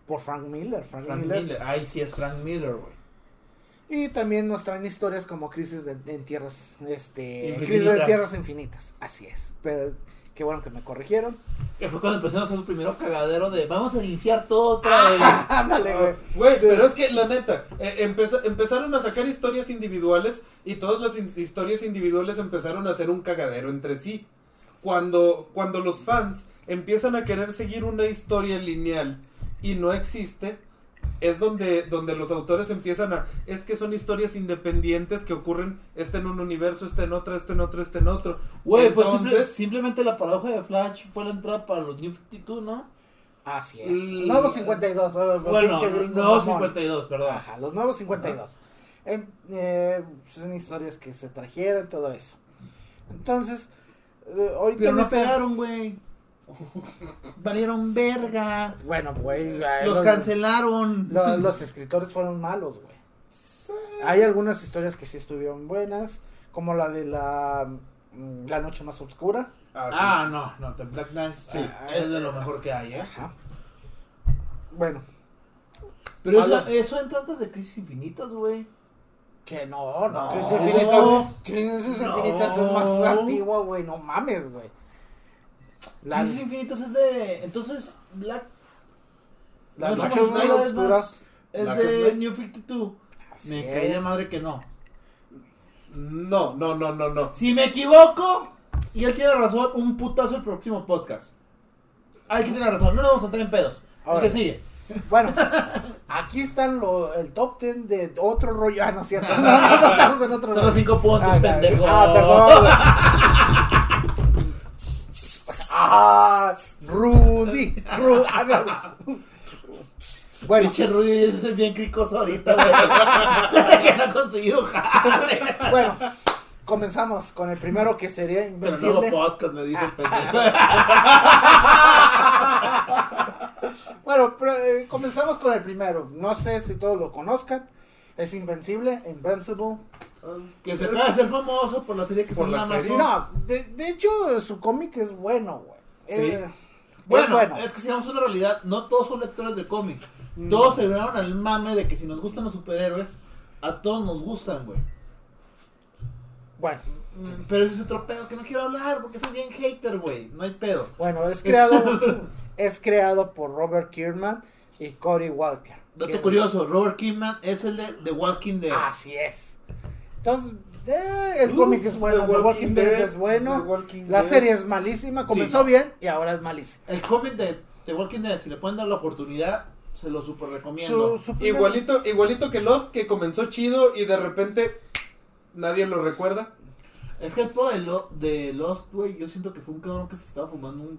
S2: por Frank Miller. Frank,
S1: Frank
S2: Miller.
S1: Miller. Ay, sí, es Frank Miller, güey.
S2: Y también nos traen historias como Crisis de, en tierras, este,
S1: Infinitas.
S2: Crisis de tierras infinitas, así es. Pero Qué bueno que me corrigieron.
S1: Que fue cuando empezaron a hacer su primero cagadero de vamos a iniciar todo otra vez.
S2: Ándale, güey.
S3: Ah, Güey, pero es que la neta, eh, empeza- empezaron a sacar historias individuales y todas las in- historias individuales empezaron a hacer un cagadero entre sí. Cuando, cuando los fans empiezan a querer seguir una historia lineal y no existe, es donde, donde los autores empiezan a... Es que son historias independientes que ocurren, esta en un universo, esta en otra, esta en otro, esta en otro.
S1: Güey, pues simple-
S3: Entonces,
S1: simplemente la paradoja de Flash fue la entrada para los New 52, ¿no?
S2: Así es.
S3: Mm.
S2: Nuevos 52. oh,
S1: Bueno,
S2: pinche
S1: no,
S2: gringo mamón.
S1: 52, perdón.
S2: Ajá, los nuevos 52. En- eh, son historias que se trajeron, todo eso. Entonces, eh, ahorita
S1: Pero
S2: en
S1: no
S2: esta-
S1: pegaron, güey. Valieron verga.
S2: Bueno, güey. eh,
S1: Los cancelaron.
S2: lo- los escritores fueron malos, güey. Hay algunas historias que sí estuvieron buenas, como la de la, mm, la noche más oscura.
S3: ah, sí.
S1: Ah, no, no, The Black Knight sí,
S2: Ah,
S1: es de lo mejor que hay, ¿eh?
S2: Ajá. Bueno,
S1: Pero eso,
S2: Habla-
S1: eso entra antes de Crisis Infinitas, güey.
S2: Que no, no.
S1: No.
S2: Crisis Infinitas, Crisis
S1: No.
S2: Infinitas es más antigua, güey. No mames, güey. La,
S1: Crisis Infinitas es de. Entonces, Black.
S2: la
S1: no,
S2: noche
S1: Thomas
S2: más
S1: Snyder es
S2: oscura.
S1: más- Es
S3: Black
S1: de
S3: is Black.
S1: New 52.
S2: Así
S1: Me caí de
S2: es.
S1: madre que no.
S3: No, no, no, no, no.
S1: Si me equivoco, y él tiene razón, un putazo el próximo podcast. Hay que tiene razón, no nos vamos a entrar en pedos. El
S2: Ahora.
S1: que sigue.
S2: Bueno, pues, aquí están lo, el top 10 de otro rollo. Ah, no es cierto. No, no, no, estamos en otro
S1: Son los cinco puntos,
S2: Ah,
S1: pendejo.
S2: ah, perdón. güey. Ah, Rudy. Ru- ah, no. Bueno,
S1: Pinche Rudy es el bien cricoso ahorita, güey. que no ha conseguido jale.
S2: bueno, comenzamos con el primero que sería
S1: Pero luego
S2: invencible.
S1: podcast me dice el pendejo.
S2: Ah, Bueno, pero, eh, comenzamos con el primero. No sé si todos lo conozcan. Es Invencible, Invincible.
S1: Ah, Que se acaba de hacer famoso por la serie que
S3: Por
S1: son
S3: la
S1: la Amazon.
S3: serie.
S2: No, de, de hecho su cómic es bueno, güey.
S3: Sí.
S2: Eh, es
S1: Bueno, es que si vamos a una realidad, no todos son lectores de cómic.
S2: Mm.
S1: Todos se dieron al mame de que si nos gustan los superhéroes, a todos nos gustan, güey.
S2: Bueno,
S1: Mm, Pero ese es otro pedo que no quiero hablar porque soy bien hater, güey. No hay pedo.
S2: bueno, es creado, es creado por Robert Kierman y Cory Walker.
S1: Dato
S2: Que-
S1: curioso, Robert Kidman es el de The Walking Dead.
S2: Así es. Entonces, eh, el
S3: Uf,
S2: cómic es bueno,
S3: Uh, The
S2: The Walking
S3: Walking
S2: Dead,
S3: Dead,
S2: es bueno,
S3: The Walking
S2: la
S3: Dead.
S2: serie es malísima, comenzó
S1: no.
S2: bien y ahora es malísima.
S1: El cómic de The Walking Dead, si le pueden dar la oportunidad, se lo super recomiendo.
S2: Su- su primer-
S3: Igualito, igualito que Lost, que comenzó chido y de repente nadie lo recuerda.
S1: Es que el pedo de, Lo- de Lost, güey, yo siento que fue un cabrón que se estaba fumando un...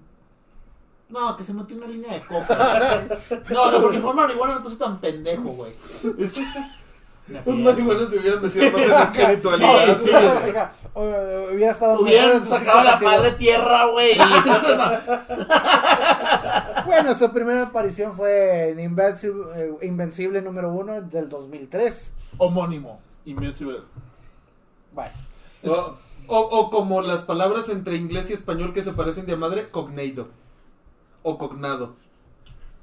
S1: No, que se metió una línea de coca. no, no, porque fue marihuana, entonces tan pendejo, güey. Así
S3: Un
S1: es.
S3: marihuana se hubieran metido más en la espiritualidad.
S1: Sí, sí.
S2: Oiga, eh, hubiera estado mejor en
S1: Hubieran
S2: sus
S1: sacado la
S2: cinco
S1: madre tierra, güey.
S2: sentidos. Bueno, su primera aparición fue en Invencible, eh, Invencible número uno del 2003.
S1: Homónimo. Invencible.
S2: Bueno,
S3: O, o, o como las palabras entre inglés y español que se parecen de madre, cognado. O cognado.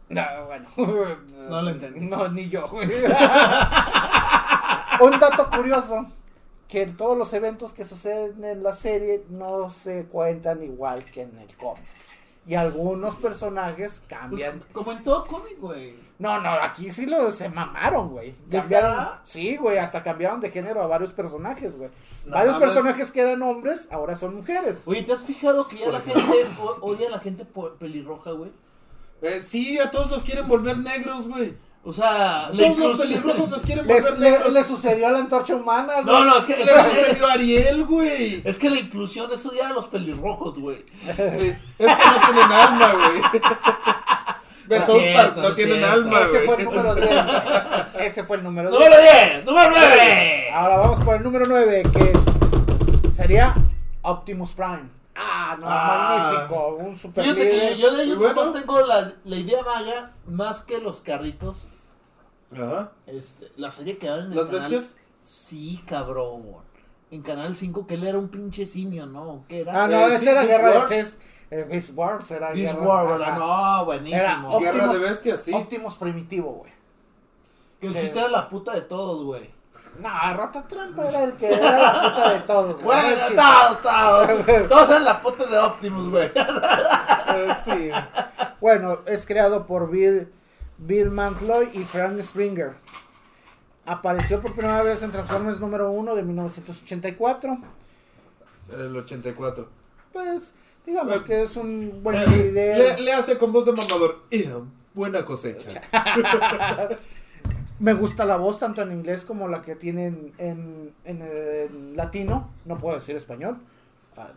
S2: no, Ah, bueno.
S1: No lo entendí.
S2: No, ni yo. güey. Un dato curioso, que todos los eventos que suceden en la serie no se cuentan igual que en el cómic. Y algunos personajes
S1: Pues,
S2: cambian.
S1: como en todo cómic, güey.
S2: No, no, aquí sí lo se mamaron, güey.
S1: ¿De
S2: Cambiaron.
S1: verdad?
S2: Sí, güey, hasta cambiaron de género a varios personajes, güey.
S3: No
S2: varios
S3: mames.
S2: personajes que eran hombres ahora son mujeres.
S1: Oye, ¿te has fijado que ya la gente o- odia a la gente por pelirroja, güey?
S3: Eh, sí, a todos los quieren volver negros, güey.
S1: O sea, la
S3: Todos los
S1: inclusión-
S3: pelirrojos los quieren
S2: Les-
S3: volver
S2: le,
S3: negros.
S2: le sucedió a la antorcha humana, güey.
S1: No, no, es que,
S3: Le
S1: es, que-
S3: sucedió a Ariel, güey.
S1: es que la inclusión es odiar a los pelirrojos, güey.
S3: Sí, es que no tienen alma, güey.
S1: No
S3: De
S1: es
S3: South
S1: cierto,
S3: Park,
S1: no
S3: no
S1: es
S3: tienen
S1: cierto.
S3: alma,
S2: Ese fue el
S3: güey.
S2: número 10. güey. Ese fue el número 10.
S1: Número 10, número 9.
S2: Ahora vamos por el número 9, que sería Optimus Prime. Ah, no,
S3: Ah.
S2: magnífico. Un super
S1: Fíjate que yo, yo de
S3: Y
S1: ellos
S3: bueno.
S1: nomás tengo la, la idea vaga, más que los carritos.
S3: Ajá.
S1: Este, la serie que daban en el
S3: ¿Las
S1: canal-
S3: bestias?
S1: Sí, cabrón. En Canal 5, que él era un pinche simio, ¿no? ¿Qué era?
S2: Ah, no,
S3: Eh,
S2: esa
S3: sí,
S2: era
S3: Beast
S2: guerra
S3: Wars.
S2: de Ces. eh, Beast Wars era
S1: Beast
S2: guerra
S1: War, ¿verdad?
S2: Ajá.
S1: No, buenísimo.
S2: Era Op-
S3: Guerra
S2: Optimus-
S3: de bestias, sí.
S2: Optimus primitivo, güey.
S1: que el
S2: eh.
S1: chiste era la puta de todos, güey.
S2: No, Ratatrampa era el que era la puta de todos. güey.
S1: Bueno,
S2: Era el chiste.
S1: todos, todos. Todos en la puta de Optimus, güey.
S2: Eh, sí. Bueno, es creado por Bill, Bill Mantloy y Frank Springer. Apareció por primera vez en Transformers número 1 de 1984.
S3: El 84.
S2: Pues, digamos
S3: Eh,
S2: que es un buen
S3: Eh,
S2: video.
S3: le, le hace con voz de mamador. "Ian, Buena cosecha.
S2: Me gusta la voz tanto en inglés como la que tienen en, en, en latino. No puedo decir español. Ah.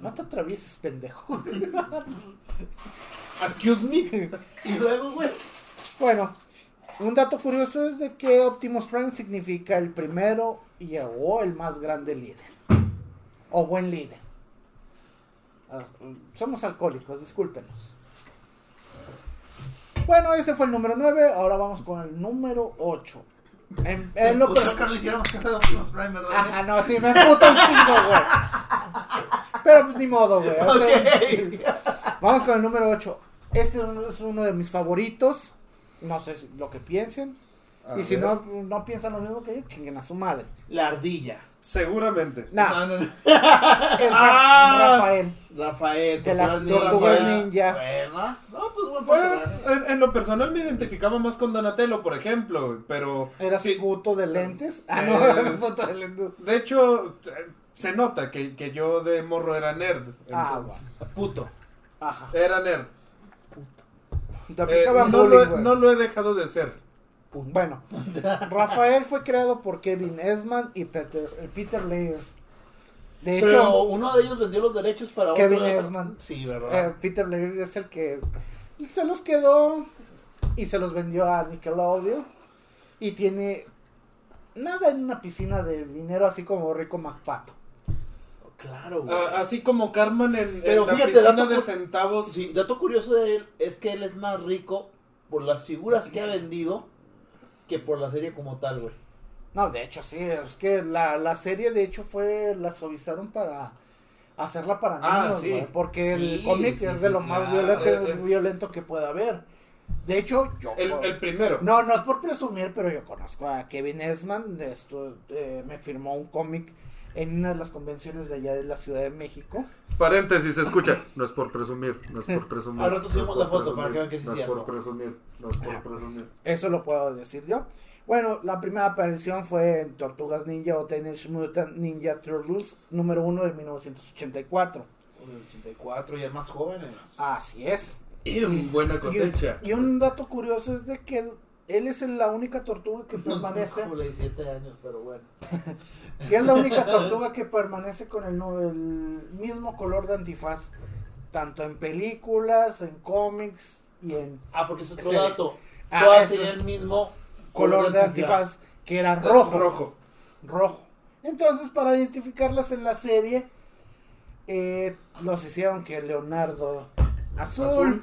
S2: No te atravieses, pendejo.
S3: Excuse me.
S1: Y luego, güey.
S2: Bueno, un dato curioso es de que Optimus Prime significa el primero y o el más grande líder. O buen líder. As- Somos alcohólicos, discúlpenos. Bueno, ese fue el número 9, ahora vamos con el número 8. En, en lo
S1: Pues
S2: per-
S1: nunca le hicieron más caso a Optimus Prime, ¿verdad? güey?
S2: Eh, Ajá, no, sí, me emputa un chingo, güey. Pero pues, ni modo, güey. o sea,
S1: Ok.
S2: Vamos con el número 8. Este es uno de mis favoritos. No sé si- lo que piensen.
S3: A
S2: y si
S3: ver.
S2: no, no piensan lo mismo que yo, chinguen a su madre.
S1: La ardilla.
S3: Seguramente.
S2: Nah,
S1: No, no, no.
S2: es Ra-
S1: Ah.
S2: Rafael.
S1: Rafael.
S2: De las
S1: Tortugas Ninja.
S2: Tortugas
S3: Rafael.
S2: Ninja.
S1: Bueno. No, pues buen
S3: Bueno,
S1: personaje.
S3: en, en lo personal me identificaba más con Donatello, por ejemplo, güey, pero...
S2: Era
S3: sí,
S2: puto de lentes. Ah,
S3: Eh.
S2: no, puto de lentes.
S3: De hecho, eh, se nota que, que yo de morro era nerd.
S2: Ah,
S3: entonces,
S1: Puto.
S2: Ajá.
S3: Era nerd.
S2: Te
S3: Eh,
S2: aplicaban
S3: no, lo
S2: bullying,
S3: he,
S2: güey.
S3: no lo he dejado de ser.
S2: Bueno, Rafael fue creado por Kevin Esman y Peter, eh, Peter Laird. De
S1: Pero
S2: hecho,
S1: uno de ellos vendió los derechos para
S2: Kevin
S1: otro.
S2: Esman.
S1: Sí,
S2: Eh,
S1: ¿verdad?
S2: Peter Laird es el que se los quedó y se los vendió a Nickelodeon. Y tiene nada en una piscina de dinero, así como Rico McPato.
S1: claro, güey.
S3: Ah, así como Carmen en, en
S1: Pero
S3: la
S1: fíjate,
S3: piscina
S1: dato
S3: de
S1: cu-
S3: centavos.
S1: ah, Sí, dato curioso de él es que él es más rico por las figuras que ha vendido que por la serie como tal, güey.
S2: No, de hecho, sí, es que la, la serie, de hecho, fue la suavizaron para hacerla para
S3: Ah,
S2: niños,
S3: sí.
S2: güey, porque el
S1: Sí,
S2: cómic
S1: sí,
S2: es
S1: sí,
S2: de lo más
S3: claro,
S2: violento,
S3: es-
S2: violento que pueda haber. De hecho, yo...
S3: El, el primero.
S2: No, no es por presumir, pero yo conozco a Kevin Esman. de Esto, eh, me firmó un cómic en una de las convenciones de allá de la Ciudad de México.
S3: Paréntesis, escucha. No es por presumir, no es por presumir.
S1: Al rato subimos
S3: no es
S1: la
S3: por
S1: foto para que vean que sí
S3: no
S1: es
S3: es por
S1: cierto.
S3: presumir, no es por presumir.
S2: Eso lo puedo decir yo. Bueno, la primera aparición fue en Tortugas Ninja o Teenage Mutant Ninja Turtles número 1 de 1984.
S1: El 84 y el más jóvenes.
S2: Así es.
S3: Y buena
S2: Y,
S3: cosecha.
S2: y un dato curioso es de que él es la única tortuga que
S1: no
S2: permanece.
S1: tengo como 17 años, pero bueno.
S2: Que es la única tortuga que permanece con el, no- el mismo color de antifaz. Tanto en películas, en cómics y en
S1: Ah, porque es otro
S2: Sí.
S1: dato.
S2: Ah,
S1: Todas
S2: eso es-
S1: tenían el mismo
S2: color de antifaz que era rojo.
S3: Rojo.
S2: rojo. Entonces, para identificarlas en la serie, eh, los hicieron que Leonardo azul,
S3: Azul.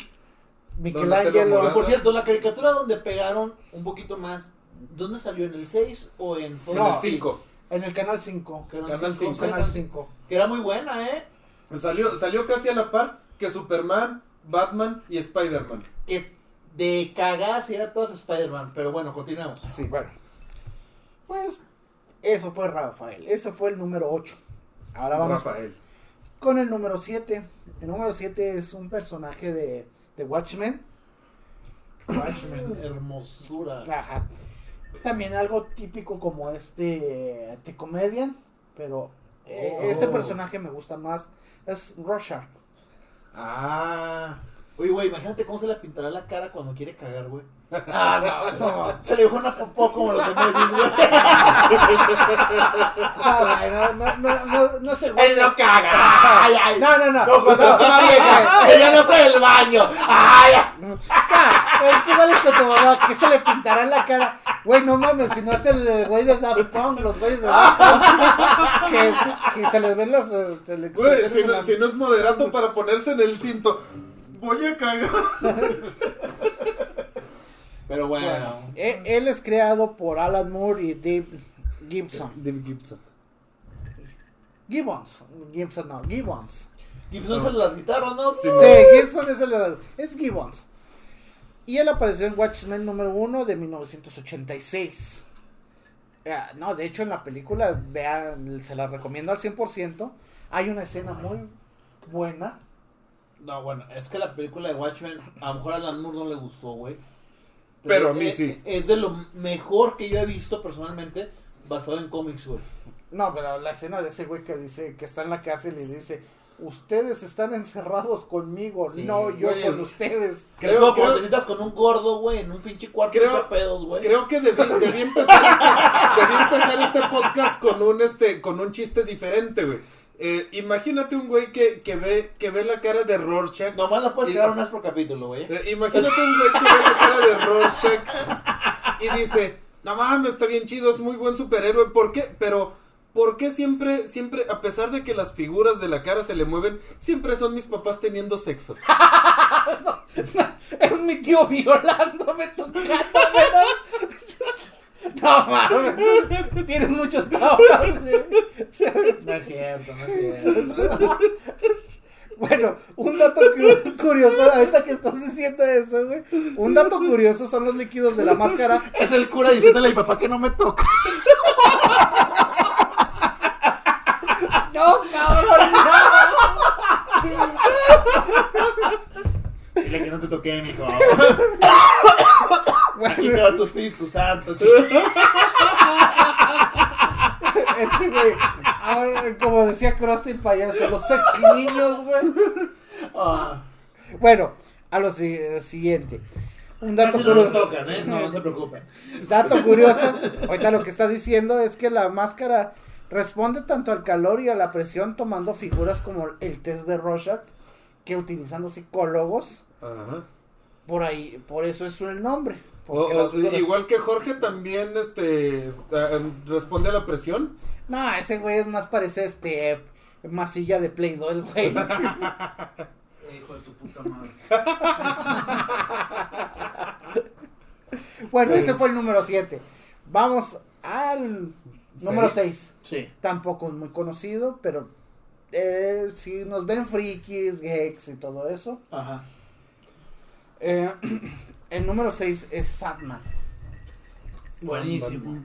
S2: Michelangelo.
S3: Donatello
S1: Que
S3: morado.
S1: Ah, por cierto, la caricatura donde pegaron un poquito más, ¿dónde salió? ¿En el 6 o en Fox
S3: En
S2: No.
S3: el
S1: Kids?
S3: 5.
S2: En el canal 5.
S1: Que eran cinco,
S3: Canal cinco.
S2: Canal
S1: canal
S2: 5.
S1: Que era muy buena, ¿eh?
S3: Salió, salió casi a la par que Superman, Batman y Spider-Man.
S1: Que de cagadas era todas Spider-Man. Pero bueno, continuamos.
S2: Sí, bueno. Pues, eso fue Rafael. Ese fue el número 8. Ahora vamos
S3: Rafael.
S2: con el número 7. El número 7 es un personaje de, de Watchmen.
S1: Watchmen, hermosura.
S2: Ajá. También algo típico como este eh, The Comedian, pero eh,
S1: Oh.
S2: este personaje me gusta más. Es Rorschach.
S3: Ah.
S1: Oye, güey, imagínate cómo se le pintará la cara cuando quiere cagar, güey.
S2: Ah,
S1: Se le dejó una popó como los emojis, güey.
S2: no, no, no, no, no es el güey.
S1: Él no caga. Ay, ay.
S2: No, no, no.
S1: No, cuando
S2: No,
S1: es una vieja, ella no sale del baño. Ay, ay.
S2: Ah, es que sales con tu mamá, que se le pintará la cara. Güey, no mames, si no es el eh, güey de Daft Punk, los güeyes de Daft Punk. Que, que se les ven las. eh, se les-
S3: Güey,
S2: se
S3: si
S2: les-
S3: no, si no es moderato para ponerse en el cinto, voy a cagar.
S1: Pero bueno.
S2: Eh, Él es creado por Alan Moore y Dave Gibson.
S3: David Gibson.
S2: Gibbons. Gibson no, Gibbons.
S1: Gibson se las guitarras, ¿no?
S3: Sí.
S2: Sí, Gibson es el. Es Gibbons. Y él apareció en Watchmen número 1 de 1986. eh, no, de hecho en la película, vean, se la recomiendo al 100%. Hay una escena muy buena.
S1: No, bueno, es que la película de Watchmen, a lo mejor a Alan Moore no le gustó, güey.
S3: Pero a mí
S1: es-
S3: sí.
S1: Es de lo mejor que yo he visto personalmente basado en cómics, güey.
S2: No, pero la escena de ese güey que dice que está en la cárcel y dice, ustedes están encerrados conmigo,
S1: Sí,
S2: no yo
S3: güey,
S2: con
S3: es-
S2: ustedes.
S1: Creo,
S3: Creo-
S1: es como cuando
S3: creo-
S1: te sientas con un gordo, güey, en un pinche cuarto
S3: Creo-
S1: de pedos, güey.
S3: Creo que debí, debí empezar este, debí empezar este podcast con un este con un chiste diferente, güey. Eh, imagínate un güey que, que ve que ve la cara de Rorschach.
S1: Nomás la puedes
S3: Y-
S1: quedar una vez por capítulo, güey.
S3: Eh, imagínate un güey que ve la cara de Rorschach y dice, "No mames, está bien chido, es muy buen superhéroe, ¿por qué?" Pero ¿Por qué siempre, siempre, a pesar de que las figuras de la cara se le mueven, siempre son mis papás teniendo sexo?
S2: Es mi tío violándome, tocándome, ¿no? No mames, tienes muchos traumas, güey.
S1: No es cierto, no es cierto.
S2: Bueno, un dato cu- curioso, ahorita que estás diciendo eso, güey. Un dato curioso son los líquidos de la máscara.
S6: Es el cura diciéndole a mi papá que no me toca.
S2: No, cabrón,
S6: Dile que no te toqué, mijo.
S2: no. Bueno,
S1: Aquí te va tu Espíritu Santo, chico.
S2: Este güey, ahora, como decía Krusty el payaso, los sexy niños, güey.
S1: Ah,
S2: Bueno, a lo si- eh, siguiente. Un dato
S1: casi no nos
S2: curioso.
S1: tocan, ¿eh? No, no se preocupen.
S2: Dato curioso. Ahorita lo que está diciendo es que la máscara responde tanto al calor y a la presión tomando figuras como el test de Rorschach que utilizan los psicólogos.
S3: Ajá.
S2: Por ahí, por eso es el nombre.
S3: O-
S2: porque
S3: o-
S2: las figuras-
S3: igual que Jorge también este eh, em, responde a la presión.
S2: No, ese güey es más parece este masilla de Play Doh, el güey.
S7: Eh, Hijo de tu puta madre.
S2: Bueno, ese fue el número 7. Vamos al número
S3: Seis.
S2: 6.
S1: Sí.
S2: Tampoco es muy conocido, pero eh, si nos ven frikis, geeks y todo eso.
S1: Ajá.
S2: Eh, el número 6 es Satman.
S1: Buenísimo.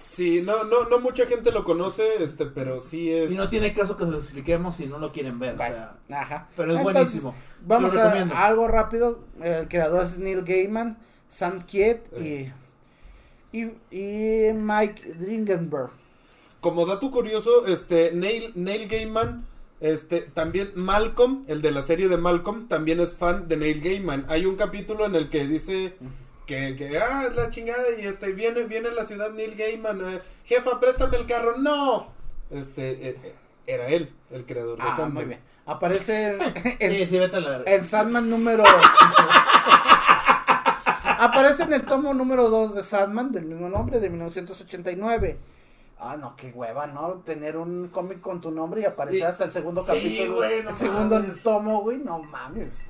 S3: Sí, no, no, no mucha gente lo conoce, este, pero sí es.
S6: Y no tiene caso que se lo expliquemos si no lo quieren ver. o
S2: Bueno,
S6: sea,
S2: ajá.
S6: pero es
S2: Entonces,
S6: buenísimo.
S2: Vamos
S6: Lo
S2: a
S6: recomiendo.
S2: algo rápido. El creador es Neil Gaiman, Sam Kiet y, y, y Mike Dringenberg.
S3: Como dato curioso, este, Neil, Neil Gaiman, este, también Malcolm, el de la serie de Malcolm, también es fan de Neil Gaiman. Hay un capítulo en el que dice que, que ah, es la chingada, y este, viene, viene a la ciudad Neil Gaiman, eh, jefa, préstame el carro, no. Este, eh, eh, era él, el creador de
S2: Ah,
S3: Sandman.
S2: muy bien. Aparece en, en-
S1: Sí, sí, vete a la verga.
S2: En Sandman número. Aparece en el tomo número 2 de Sandman, del mismo nombre, de 1989. Ah, no, qué hueva, ¿no? Tener un cómic con tu nombre y aparecer
S3: Y-
S2: hasta el segundo
S3: Sí,
S2: capítulo.
S3: güey, no
S2: el segundo
S3: mames.
S2: tomo, güey, no mames.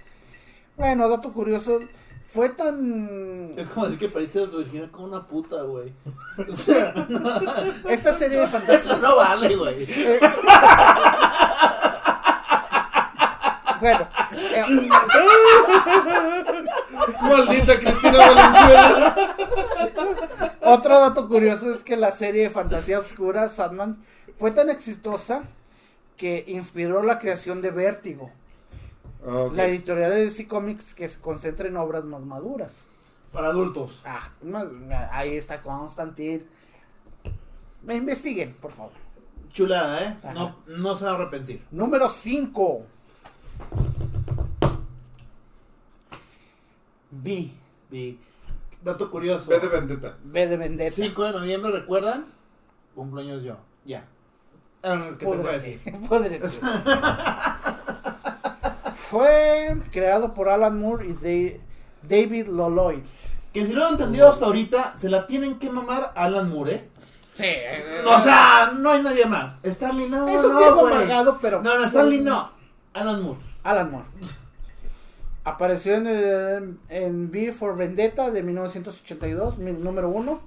S2: Bueno, dato curioso. Fue tan.
S1: Es como decir que pareciste de Virginia como una puta, güey. O sea,
S2: Esta serie de
S1: eso
S2: fantasía.
S1: no vale, güey.
S2: Eh, bueno, eh,
S3: Maldita Cristina Valenzuela.
S2: Otro dato curioso es que la serie de fantasía obscura Sandman fue tan exitosa que inspiró la creación de Vértigo,
S3: Ah, ok.
S2: la editorial de DC Comics que se concentra en obras más maduras.
S1: Para adultos.
S2: Ah, más- ahí está Constantine. Me investiguen, por favor.
S1: Chulada, ¿eh?
S2: Ajá.
S1: No, no se va a arrepentir.
S2: Número 5. B.
S1: Y dato curioso.
S3: Ve de vendetta.
S2: B de Vendetta.
S1: 5 de noviembre, ¿recuerdan? Cumpleaños yo. Ya. Ah, ¿Qué te voy a decir?
S2: Pudrete. Fue creado por Alan Moore y Da- David Loloy.
S1: Que si no lo han entendido hasta ahorita, se la tienen que mamar a Alan Moore, ¿eh?
S2: Sí.
S1: O sea, no hay nadie más. Stanley no,
S2: es un
S1: no,
S2: viejo
S1: güey.
S2: amargado, pero.
S1: No, no, Stanley no. Alan Moore.
S2: Alan Moore. Apareció en, el- en B for Vendetta de 1982, mi- número uno.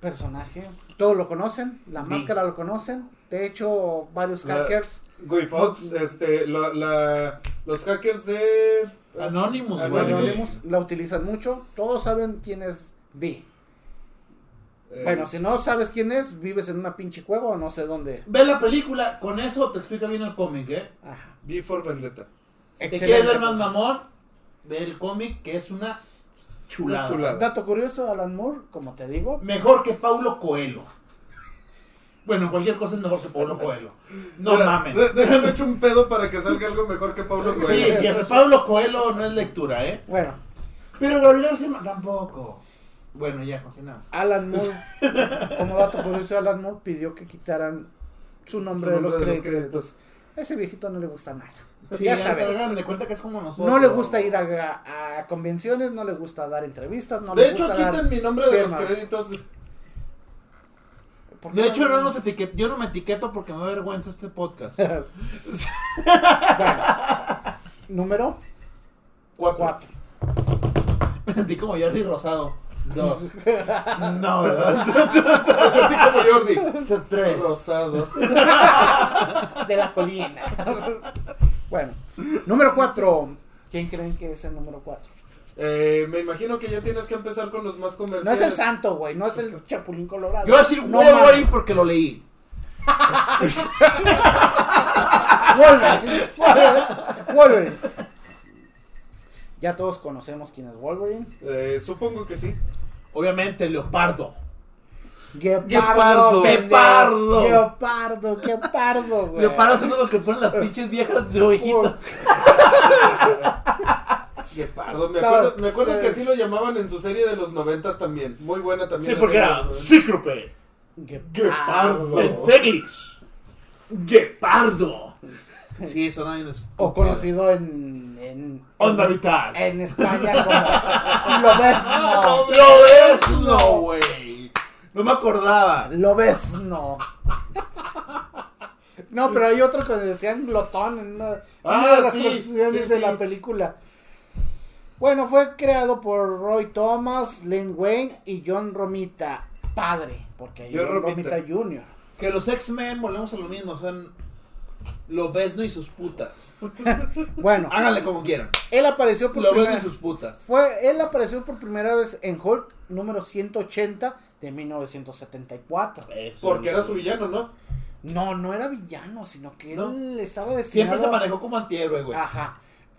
S2: Personaje. Todos lo conocen. La
S1: Sí.
S2: máscara lo conocen. De hecho, varios
S3: La-
S2: hackers.
S3: Guy Fox, este, la, la- los hackers de...
S1: Anonymous, güey.
S2: Bueno,
S3: Anonymous.
S2: Lemus la utilizan mucho. Todos saben quién es B.
S3: Eh,
S2: Bueno, si no sabes quién es, vives en una pinche cueva o no sé dónde.
S1: Ve la película, con eso te explica bien el cómic, ¿eh?
S2: Ajá.
S3: V for Vendetta.
S1: Si te
S2: Excelente
S1: quieres ver más
S2: cosa.
S1: mamón, ve el cómic, que es una chulada.
S3: Chulada.
S2: Dato curioso, Alan Moore, como te digo,
S1: Mejor que Paulo Coelho. Bueno, cualquier cosa es mejor que Paulo Coelho. No
S3: Mira,
S1: mamen.
S3: de- Déjame echar un pedo para que salga algo mejor que Pablo
S1: Sí,
S3: Coelho.
S1: sí, es Paulo Coelho no es lectura, ¿eh?
S2: bueno,
S1: Pero Gabriel García tampoco. Bueno, ya, continuamos.
S2: Alan Moore, como dato curioso, Alan Moore pidió que quitaran su
S3: Su
S2: nombre,
S3: nombre
S2: de los créditos.
S3: créditos.
S2: A ese viejito no le gusta nada.
S1: Sí,
S2: ya
S1: ya
S2: sabes.
S1: hagan de cuenta que es como nosotros.
S2: No le gusta ir a, a convenciones, no le gusta dar entrevistas, no
S3: De
S2: le
S3: hecho,
S2: gusta dar...
S3: quiten mi nombre de los
S2: firmas.
S3: créditos.
S2: ¿Por qué
S1: De hecho, no nos etiquet- yo no me etiqueto porque me avergüenza este podcast.
S2: Bueno, número
S1: Cuatro.
S2: 4.
S1: Me sentí como Jordi Rosado. Dos. No, ¿verdad?
S3: Me sentí como Jordi.
S1: Tres.
S3: Rosado.
S2: De la colina. bueno, número 4. ¿Quién creen que es el número 4?
S3: Eh, me imagino que ya tienes que empezar con los más
S2: No
S3: comerciales.
S2: es el santo, güey, no es el chapulín colorado.
S1: Yo voy a decir
S2: No
S1: Wolverine
S2: mames.
S1: porque lo leí.
S2: Wolverine. Wolverine. Ya todos conocemos quién es Wolverine.
S3: Eh, supongo que sí.
S1: Obviamente, Leopardo.
S2: Guepardo. pendejo.
S1: Guepardo.
S2: Guepardo, Guepardo, güey.
S1: Leopardos son los que ponen las pinches viejas de ovejita.
S3: Guepardo. Me
S2: Claro,
S3: acuerdo, me acuerdo
S2: sí.
S3: que así lo llamaban en su serie de los noventas también. Muy buena también.
S1: Sí, porque
S3: esa de
S1: era
S3: los
S1: Cíclope.
S2: Guepardo.
S1: El Fénix. Guepardo. Sí, son años.
S2: O conocido en. en
S1: Onda
S2: en-
S1: Vital.
S2: En España como. Lo ves, no.
S1: Ah, Lo ves, no, güey. No me acordaba.
S2: Lo ves, no. No, pero hay otro que decían glotón en una,
S3: Ah,
S2: una de las
S3: sí,
S2: traducciones
S3: sí,
S2: de
S3: sí.
S2: la película. Bueno, fue creado por Roy Thomas, Len Wayne y John Romita, padre, porque hay
S3: John
S2: John
S3: Romita.
S2: Romita Jr.
S1: Que los X-Men volvemos a lo mismo. Son Lobezno y sus putas.
S2: Bueno,
S1: Háganle como quieran.
S2: él apareció por primera
S1: Lobezno y sus putas.
S2: fue él apareció por primera vez en Hulk número 180 de 1974.
S3: Porque era su villano, ¿no?
S2: No, no era villano, sino que
S1: No.
S2: él estaba destinado
S1: Siempre se manejó como antihéroe, güey.
S2: Ajá.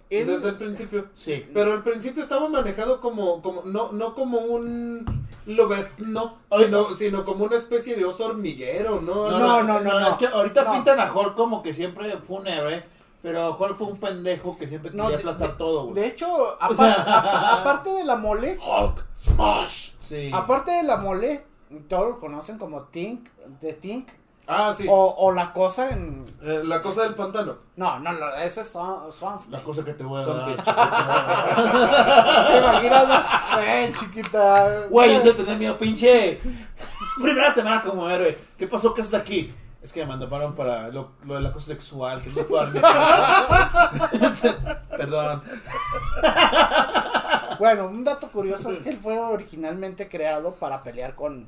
S2: Él-
S3: Desde el principio.
S1: Sí.
S3: Pero al principio estaba manejado como, como no, no como un lobezno, sino, sino como una especie de oso hormiguero, ¿no?
S2: No, no, no, no.
S1: Es que ahorita
S2: No.
S1: pintan a Hulk como que siempre fue un héroe. Pero Hulk fue un pendejo que siempre
S2: No,
S1: quería
S2: de-
S1: aplastar todo, güey.
S2: De hecho, apar-
S1: sea-
S2: apa- aparte de la mole,
S3: Hulk Smash.
S1: Sí.
S2: aparte de la mole, todos lo conocen como Tink, The Tink,
S3: Ah, sí.
S2: o, o la cosa en...
S3: Eh, la cosa del pantano.
S2: No, no, no, ese es Swamp Swamp
S1: La
S2: Thing.
S1: cosa que te voy a
S3: Son
S1: dar.
S3: tips.
S1: chiquita.
S2: ¿Te imaginas? Güey, chiquita.
S1: Güey, yo sé tener miedo, pinche. Primera semana como héroe. ¿Qué pasó? ¿Qué haces aquí? Es que me mandaron para lo, lo de la cosa sexual, que no puedo dar mi cara. Perdón.
S2: Bueno, un dato curioso es que él fue originalmente creado para pelear con,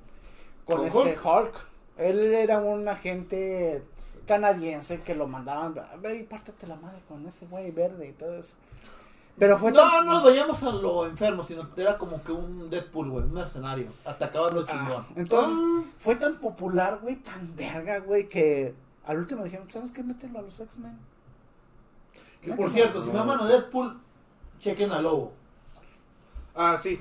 S2: con
S3: ¿Con
S2: este Hulk? Él era un agente canadiense que lo mandaban, ve y pártete la madre con ese güey verde y todo eso. Pero fue
S1: No,
S2: tan-
S1: no vayamos a lo enfermo, sino era como que un Deadpool, güey, un mercenario. Atacaba a
S2: Ah.
S1: lo chingón.
S2: Entonces, fue tan popular, güey, tan verga, güey, que al último dijeron, ¿sabes qué? Mételo a los X-Men.
S1: Que, por cierto, si me aman a Deadpool, chequen a Lobo.
S3: Ah, sí.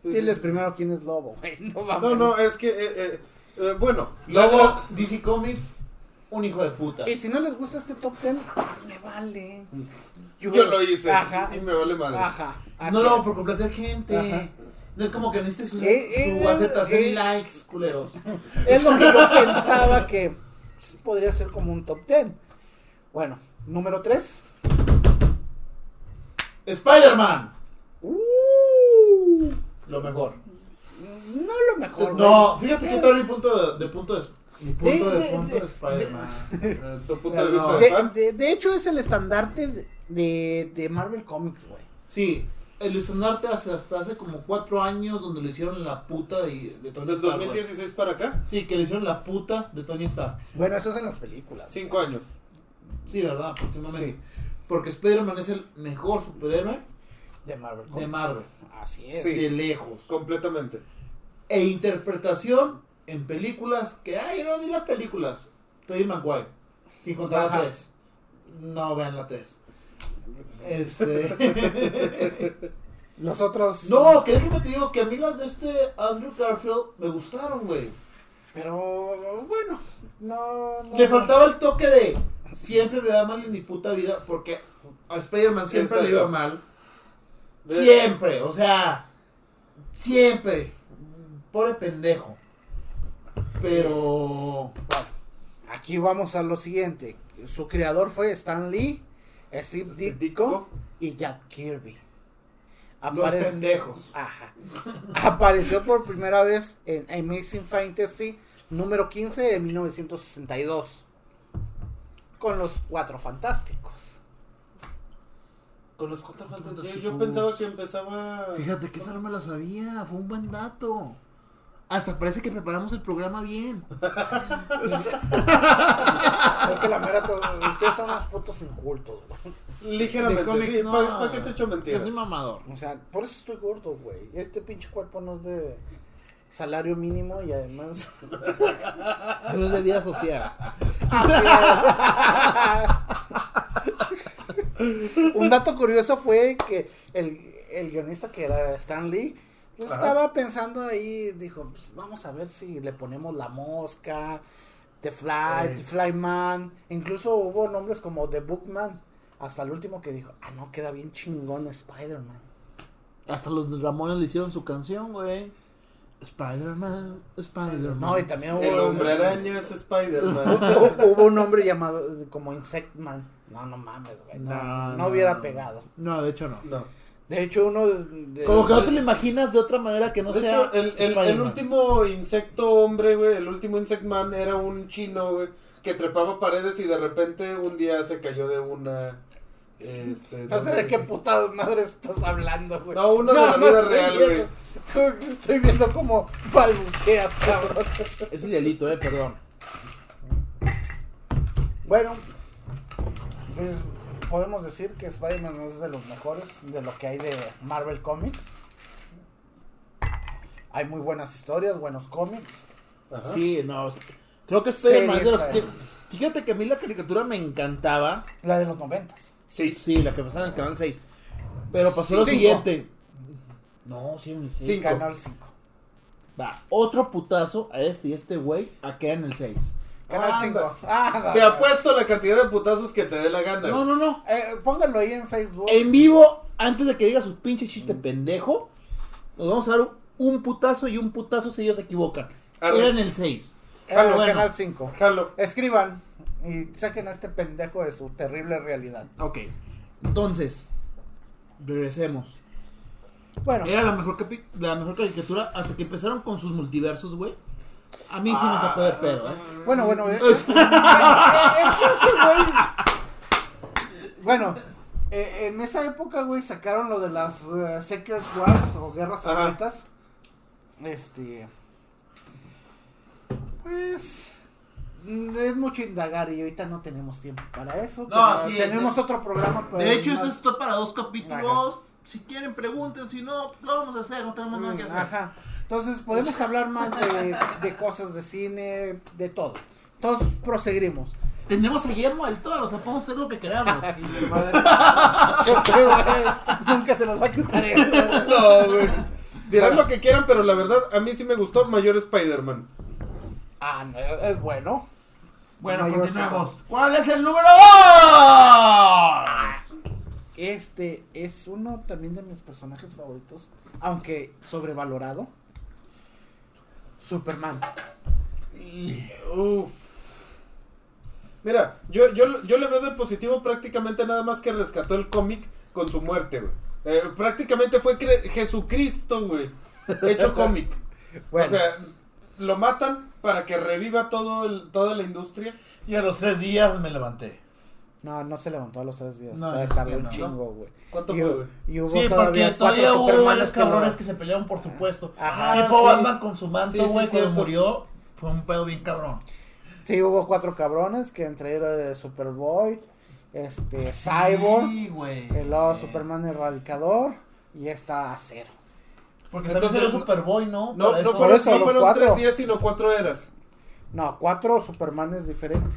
S3: Sí, sí,
S2: Diles
S3: sí,
S2: primero quién es Lobo, güey. No,
S3: sí.
S2: mames.
S3: No, no, es que, eh, eh, eh, bueno,
S1: Lobo,
S3: luego...
S1: DC Comics, un hijo de puta.
S2: Y si no les gusta este top ten, me vale.
S3: Yo lo hice
S2: Ajá.
S3: y me vale madre.
S2: Ajá. así
S1: No lo hago
S2: es.
S1: por complacer gente.
S2: Ajá.
S1: No es como que necesites su,
S2: Eh, eh,
S1: su aceptación
S2: eh.
S1: y likes, culeros.
S2: Es lo que yo pensaba que pues, podría ser como un top 10. Bueno, número 3.
S1: Spider-Man,
S2: Uh,
S1: lo mejor.
S2: no lo mejor.
S1: No,
S2: güey. Eh,
S1: fíjate que todo mi punto de, de punto de mi punto de,
S2: de-
S1: punto
S2: de-
S1: de Spider-Man.
S3: Eh, tu punto
S1: Pero
S3: de vista
S1: no.
S3: de
S2: De,
S3: fan.
S2: de- de hecho, es el estandarte de, de- de Marvel Comics, güey.
S1: Sí, el estandarte hace, hasta hace como cuatro años donde lo hicieron la puta de, de Tony
S3: Desde
S1: Stark. güey.
S3: 2016 para acá,
S1: Sí, que le hicieron la puta de Tony Stark.
S2: Bueno, eso es en las películas.
S3: cinco años.
S1: Sí, ¿verdad? Aproximadamente. Porque Spider-man es el mejor superhéroe
S2: De Marvel Comics.
S1: de Marvel.
S2: Así es.
S3: Sí.
S1: De lejos.
S3: Completamente.
S1: e interpretación en películas que, ay, no, ni las películas. Tobey Maguire, sin contar la
S2: Ajá.
S1: 3. No vean la 3. Este.
S2: Los otros.
S1: no, que déjame te digo que a mí las de este Andrew Garfield me gustaron, güey.
S2: Pero bueno, no. no-
S1: Le faltaba el toque de siempre me va mal en mi puta vida porque a Spider-Man siempre le iba
S3: Exacto.
S1: mal.
S3: De-
S1: Siempre, o sea, siempre. Pobre pendejo. Pero
S2: Aquí vamos a lo siguiente. Su creador fue Stan Lee, Steve
S3: Steve
S2: Ditko y Jack Kirby.
S1: los
S2: Aparece-
S1: pendejos.
S2: Ajá. Apareció por primera vez en Amazing Fantasy número 15 de 1962. Con los cuatro fantásticos.
S3: Con los cuatro fantásticos.
S7: Fantásticos.
S3: Yo pensaba que empezaba.
S7: Fíjate que esa no me la sabía, fue un buen dato. Hasta parece que preparamos el programa bien.
S2: Es que la mera, to- ustedes son unos putos incultos, güey.
S7: De
S3: Ligeramente,
S7: cómics,
S3: sí.
S7: no.
S3: ¿Para qué te echo
S7: Yo
S3: mentiras?
S7: soy mamador.
S2: O sea, por eso estoy gordo, güey. Este pinche cuerpo no es de salario mínimo y además.
S7: No es de vida social.
S2: Un dato curioso fue que el, el guionista que era Stan Lee pues,
S3: Ajá.
S2: estaba pensando ahí, dijo, pues, vamos a ver si le ponemos la mosca, The Fly,
S3: Ey.
S2: The Flyman, incluso hubo nombres como The Bookman, hasta el último que dijo, ah no, queda bien chingón Spider-Man.
S7: Hasta los Ramones le hicieron su canción, güey. Spider-Man, Spider-Man.
S2: No, y también hubo,
S3: El hombre araña es Spider-Man.
S2: hu- hubo un hombre llamado eh, como Insectman. No, no mames, güey. No, no hubiera pegado.
S7: No, de hecho no.
S3: No.
S2: De hecho, uno de- de-
S7: Como que no te lo imaginas de otra manera que no
S3: de
S7: sea.
S3: hecho, el, el- el,
S7: Spider-Man.
S3: último insecto hombre, güey, el último insectman era un chino, güey, que trepaba paredes y de repente un día se cayó de una... Este,
S2: No sé
S3: un
S2: de qué
S3: edificio.
S2: putas madre estás hablando, güey.
S3: No, uno de
S2: Nada
S3: la
S2: más
S3: vida
S2: estoy
S3: real,
S2: viendo- Estoy viendo cómo balbuceas, cabrón.
S7: Es el hielito, eh, perdón.
S2: Bueno, pues podemos decir que Spider-Man es de los mejores de lo que hay de Marvel Comics. Hay muy buenas historias, buenos cómics.
S3: Ajá.
S7: Sí, no. Creo que Spider-Man es de los que-
S2: Series,
S7: Fíjate que a mí la caricatura me encantaba.
S2: La de los noventas.
S7: Sí, sí, la que pasaba en el canal 6. Pero pasó lo
S2: Cinco.
S7: siguiente. No, sí, un
S2: Sí,
S7: seis.
S2: Canal 5.
S7: Va, otro putazo a este y este güey a quedar en el 6.
S2: Canal 5.
S3: Anda.
S2: Ah, no,
S3: Te
S2: no.
S3: apuesto la cantidad de putazos que te dé la gana.
S7: No, no,
S3: güey.
S7: no.
S2: Eh, pónganlo ahí en Facebook. Eh,
S7: En vivo, antes de que diga su pinche chiste pendejo, nos vamos a dar un putazo y un putazo si ellos se equivocan.
S3: Arre.
S7: Era en el 6.
S2: Era
S7: Ah,
S2: el
S7: bueno.
S2: Canal 5.
S3: Jalo.
S2: Escriban y saquen a este pendejo de su terrible realidad.
S7: Ok. Entonces, regresemos.
S2: Bueno,
S7: Era la mejor, capi- la mejor caricatura hasta que empezaron con sus multiversos, güey. A mí sí me sacó de pedo, ¿eh?
S2: bueno, bueno. eh, eh, eh, Es, eh, que ese güey. Bueno, eh, en esa época, güey, sacaron lo de las eh, Secret Wars o guerras
S3: Ajá.
S2: secretas. Este. Pues. mm, Es mucho indagar y ahorita no tenemos tiempo para eso.
S7: No,
S2: Tenemos-
S7: sí,
S2: tenemos otro programa para.
S7: De hecho,
S2: más-
S7: esto es todo para dos capítulos. Si quieren, pregunten. Si no, lo vamos a hacer. No tenemos nada que hacer.
S2: Ajá. Entonces podemos hablar más de, de cosas de cine, de todo. Entonces proseguiremos.
S7: Tenemos a Guillermo del Toro. O sea, podemos hacer lo que queramos.
S2: Nunca se nos va a quitar eso.
S3: No, güey. Dirán
S2: Bueno.
S3: lo que quieran, pero la verdad, a mí sí me gustó Mayor Spider-Man.
S2: Ah, no, es bueno.
S7: Bueno,
S2: Mayor
S7: continuemos.
S2: Saga.
S7: ¿Cuál es el número dos?
S2: Este es uno también de mis personajes favoritos, aunque sobrevalorado. Superman.
S3: Uf. Mira, yo, yo, yo le veo de positivo prácticamente nada más que rescató el cómic con su muerte, güey. Eh, prácticamente fue cre- Jesucristo, güey. Hecho cómic.
S2: Bueno,
S3: O sea, lo matan para que reviva todo el- toda la industria.
S1: Y a los tres días me levanté.
S2: no, no se levantó a los tres días.
S1: No,
S2: Estaba
S1: es que
S2: tardó un
S1: no.
S2: chingo, güey.
S3: ¿Cuánto
S2: Y,
S3: fue, güey?
S2: y hubo
S1: Sí, porque
S2: todavía cuatro
S1: todavía hubo
S2: Supermanes
S1: varios
S2: que lo-
S1: cabrones que se pelearon, por supuesto.
S2: Ajá,
S1: tipo
S3: sí.
S1: Batman con su
S3: Sí, sí,
S1: manto, güey, cuando
S3: cierto.
S1: murió, fue un pedo bien cabrón.
S2: Sí, hubo cuatro cabrones que entre ellos eh, Superboy, este, Cyborg,
S1: Sí, güey.
S2: el luego Superman Erradicador y está Acero.
S8: Porque
S3: Entonces
S8: Entonces era
S3: no-
S8: Superboy, ¿no?
S3: No,
S8: Para
S3: no
S8: eso-
S3: fueron,
S2: eso,
S3: no
S2: los
S3: fueron
S2: cuatro.
S3: tres días, sino cuatro eras.
S2: No, cuatro Supermanes diferentes.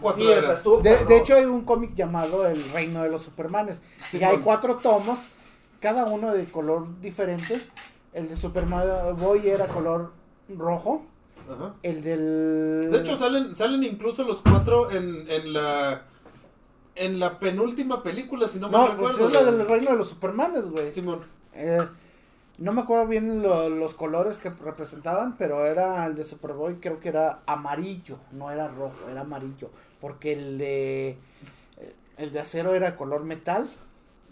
S3: Cuatro
S1: Sí, o sea,
S3: eras.
S1: estuvo
S2: De,
S1: cabrón.
S2: de hecho, hay un cómic llamado El Reino de los Supermanes. y hay
S3: bueno.
S2: cuatro tomos, cada uno de color diferente. El de Superman eh, Boy era color rojo.
S3: Ajá.
S2: El del.
S3: De hecho, salen, salen incluso los cuatro en, en la. En la penúltima película, si no me
S2: no, pues
S3: recuerdo.
S2: es la del Reino de los Supermanes, güey.
S3: Simón.
S2: Eh, no me acuerdo bien lo- los colores que representaban, pero era el de Superboy, creo que era amarillo, no era rojo, era amarillo. Porque el de. eh, El de acero era color metal.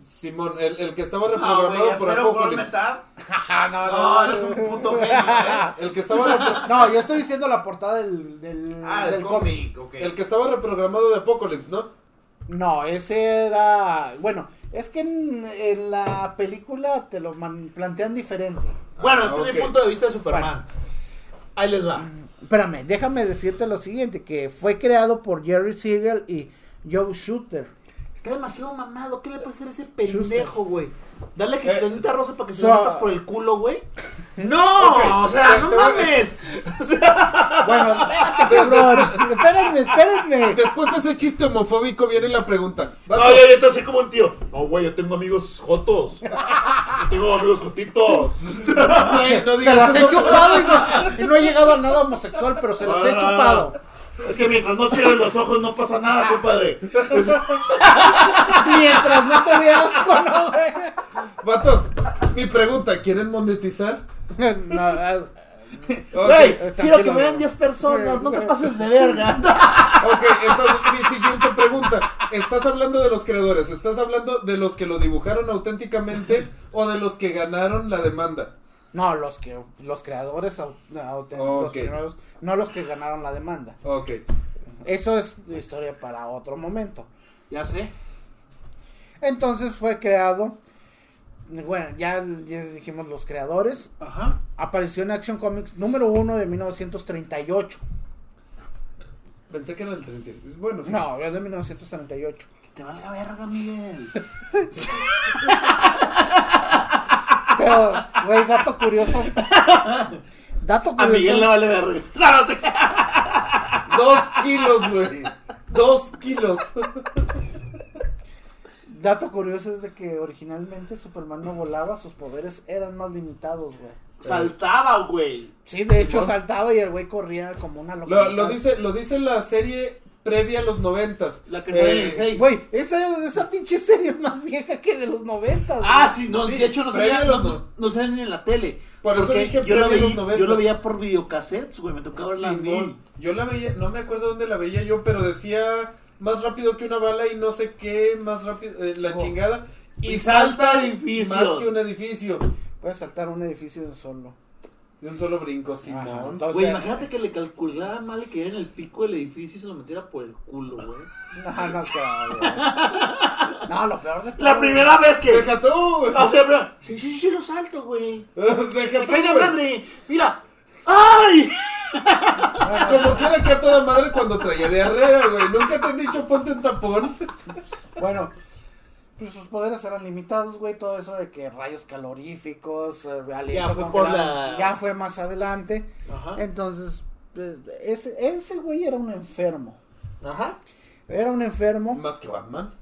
S3: Simón, el, el que estaba
S1: No,
S3: reprogramado
S1: güey,
S3: por
S1: acero color
S3: Apocalipsis.
S1: metal.
S2: no,
S1: No, eres un puto genio, ¿eh?
S3: El que estaba repro-
S2: No, yo estoy diciendo la portada del, del,
S1: Ah,
S2: del
S1: el cómic, ok.
S3: el que estaba reprogramado de Apocalipsis, ¿no?
S2: No, ese era. Bueno, es que en, en la película te lo man- plantean diferente.
S1: Bueno, este es
S3: ok.
S1: mi punto de vista de Superman. Ahí les va.
S2: Espérame, déjame decirte lo siguiente: que fue creado por Jerry Siegel y Joe Shooter.
S1: Está demasiado mamado. ¿Qué le puede hacer a ese pendejo, güey? Dale que
S3: Eh,
S1: te neta rosa para que se
S2: so-
S1: lo metas por el culo, güey. ¡No! O sea, no mames.
S2: Bueno, espérate, cabrón. Espérenme, espérenme.
S3: Después de ese chiste homofóbico viene la pregunta. Vato,
S1: No, yo, yo te así como un tío. No, güey, yo tengo amigos jotos. Yo tengo amigos jotitos.
S3: güey, no
S2: Se
S3: digas
S2: las he
S3: eso.
S2: chupado y no, y no he llegado a nada homosexual, pero se las he chupado.
S1: Es que mientras no cierres los ojos no pasa nada, compadre. Es-
S2: Mientras no te veas con no, güey.
S3: Vatos, mi pregunta, ¿quieren monetizar?
S2: No, eh,
S3: Ok,
S1: Güey, quiero que
S2: tranquilo,
S1: me vean
S2: güey.
S1: 10 personas. No te pases de verga.
S3: Ok, entonces mi siguiente pregunta. ¿Estás hablando de los creadores? ¿Estás hablando de los que lo dibujaron auténticamente o de los que ganaron la demanda?
S2: No, los que los creadores au- auten- los
S3: Ok.
S2: primeros, no los que ganaron la demanda.
S3: Ok.
S2: Eso es historia para otro momento.
S1: Ya sé.
S2: Entonces fue creado bueno, ya, ya dijimos los creadores.
S1: Ajá.
S2: Apareció en Action Comics número 1 de 1938.
S3: Pensé que era el 36. Bueno, sí.
S2: No, es de 1938.
S1: Te valga verga, Miguel.
S2: Pero, güey, dato curioso. Dato
S1: A Miguel le
S2: curioso.
S1: vale verga. No, no te...
S3: Dos kilos, güey. Dos kilos.
S2: Dato curioso es de que originalmente Superman no volaba, sus poderes eran más limitados, güey.
S1: Saltaba, güey.
S2: Sí, de hecho
S3: ¿no?
S2: saltaba y el güey corría como una loca.
S3: Lo, lo dice, lo dice la serie previa a los noventas. Eh,
S1: La que sale en el 6.
S2: Güey, esa, esa pinche serie es más vieja que de los 90.
S1: Ah, sí, no,
S3: Sí,
S1: de hecho no
S3: previa
S1: salía,
S3: a los
S1: no,
S3: no-
S1: no, no salía ni en la tele.
S3: Por eso
S1: Porque
S3: dije
S1: yo lo,
S3: previa a los
S1: veía, yo
S3: noventas.
S1: lo veía por videocassettes, güey, me tocaba verla.
S3: Sí, yo la veía, no me acuerdo dónde la veía yo, pero decía más rápido que una bala y no sé qué, más rápido, eh, la
S2: Oh.
S3: chingada. Y,
S1: Y
S3: salta,
S1: salta edificios.
S3: más que un edificio.
S2: Puedes saltar un edificio de un solo.
S3: De un solo brinco, Simón.
S2: Ajá, entonces-
S1: Güey, imagínate que le calculara mal que era en el pico del edificio y se lo metiera por el culo, güey.
S2: No, no, cabrón. No, lo peor de todo.
S1: La primera vez que.
S3: Deja tú, güey.
S1: O sea, pero- Ah, sí, sí, sí, sí, lo salto, güey.
S3: Deja
S1: Me
S3: tú,
S1: cae la
S3: güey.
S1: madre. Mira. ¡Ay!
S3: Como quiera que a toda madre cuando traía diarrea, güey. Nunca te han dicho ponte un tapón.
S2: Bueno, pues sus poderes eran limitados, güey. Todo eso de que rayos caloríficos, eh, aliento
S1: Ya fue por
S2: congelado,
S1: la- Ah.
S2: ya fue más adelante.
S1: Ajá.
S2: Entonces, eh, ese, ese güey era un enfermo.
S1: Ajá.
S2: Era un enfermo.
S3: Más que Batman.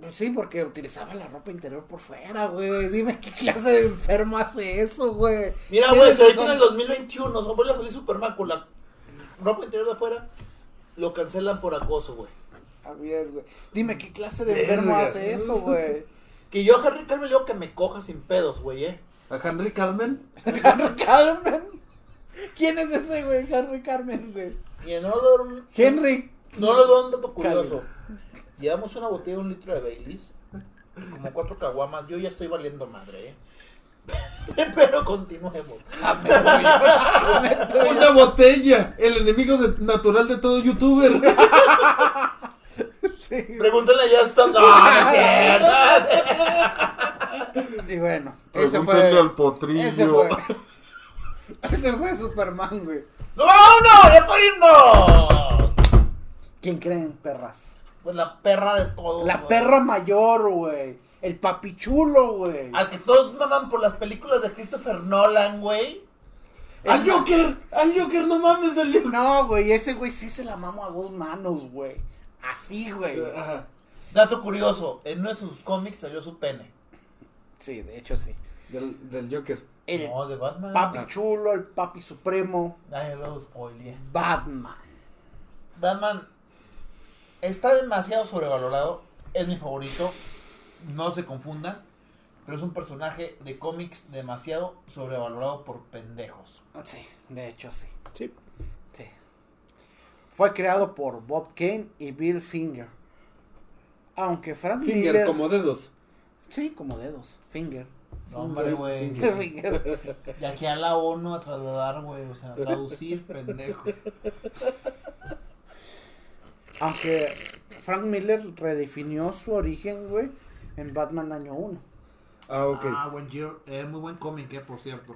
S2: Pues sí, porque utilizaba la ropa interior por fuera, güey. Dime qué clase de enfermo hace eso, güey.
S1: Mira,
S2: ¿Quién
S1: güey,
S2: es
S1: si ahorita
S2: eso?
S1: en el 2021 se vuelve a salir Superman con la ropa interior de afuera, lo cancelan por acoso, güey.
S2: Así es, güey. Dime qué clase de enfermo
S3: Vergas.
S2: hace eso, güey.
S1: Que yo a Henry Cavill le digo que me coja sin pedos, güey, eh.
S3: A Henry Carmen.
S2: Henry Carmen. ¿Quién es ese, güey? Henry Carmen, güey.
S1: Y no lo doy un,
S2: Henry.
S1: no lo doy un dato curioso. Llevamos una botella de un litro de Baileys, como cuatro caguamas. Yo ya estoy valiendo madre, eh. Pero continuemos.
S3: Una botella. El enemigo de- natural de todo youtuber.
S2: Sí.
S1: Pregúntale ya está. No, no es cierto.
S2: Y bueno, ese fue.
S3: potrillo.
S2: Ese fue. Ese fue Superman, güey.
S1: ¡Número uno! ¡Ya para irnos!
S2: ¿Quién creen, perras?
S1: Pues la perra de todo.
S2: La perra mayor, güey. El papichulo, güey.
S1: Al que todos maman por las películas de Christopher Nolan, güey.
S2: El-
S1: ¡Al Joker! ¡Al Joker! ¡No mames! ¡Al Joker!
S2: No, güey, ese güey sí se la mamo a dos manos, güey. Así, güey.
S1: Ajá. Dato curioso, en uno de sus cómics salió su pene.
S2: Sí, de hecho sí.
S3: Del, del Joker.
S2: El
S1: No, de Batman.
S2: papi chulo, el papi supremo,
S1: Ay, luego spoileé.
S2: Batman.
S1: Batman está demasiado sobrevalorado. Es mi favorito. No se confundan. Pero es un personaje de cómics demasiado sobrevalorado por pendejos.
S2: Sí, de hecho sí.
S7: Sí.
S2: Sí. Fue creado por Bob Kane y Bill Finger. Aunque Frank
S7: Finger
S2: Miller...
S7: como dedos.
S2: Sí, como dedos. Finger.
S1: No, hombre, güey.
S2: Finger.
S1: Y aquí a la ONU a trasladar, güey. O sea, a traducir, pendejo.
S2: Aunque Frank Miller redefinió su origen, güey, en Batman año 1.
S3: Ah, ok.
S6: Ah, buen year. Eh, muy buen cómic, eh, por cierto.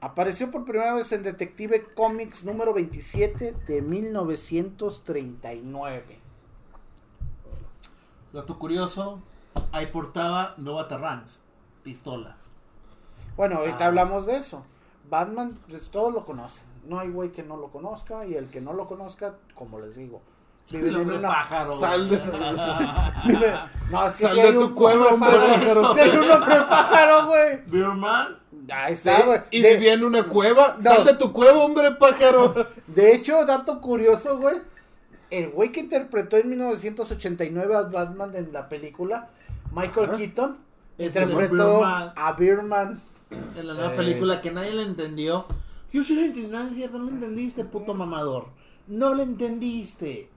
S2: Apareció por primera vez en Detective Comics número 27 de 1939.
S1: Dato curioso, ahí portaba Nova Terrans, pistola.
S2: Bueno, ahorita
S1: Ah.
S2: hablamos de eso. Batman, pues todos lo conocen. No hay güey que no lo conozca y el que no lo conozca, como les digo, vive en
S1: hombre
S2: una
S1: pájaro.
S3: Sal de-
S2: vive- No, es que
S3: Sal
S2: si
S3: de
S2: hay
S3: tu
S2: un
S3: cueva,
S2: hombre
S3: hombre
S2: pájaro.
S3: pájaro.
S2: Si hay un hombre pájaro, güey.
S1: Birman.
S2: Ahí
S3: Sí,
S6: ah,
S2: está, güey.
S3: y
S2: De-
S3: vivía en una cueva.
S2: No.
S3: Sal de tu cueva, hombre pájaro.
S2: De hecho, dato curioso, güey. El güey que interpretó en 1989 a Batman en la película, Michael
S3: Ajá.
S2: Keaton,
S6: Es
S2: interpretó
S6: Birdman.
S2: a Birdman.
S6: En la nueva
S3: Eh.
S6: película que nadie le entendió. Yo sí le entendí, no es cierto, no le entendiste, puto mamador. No le entendiste.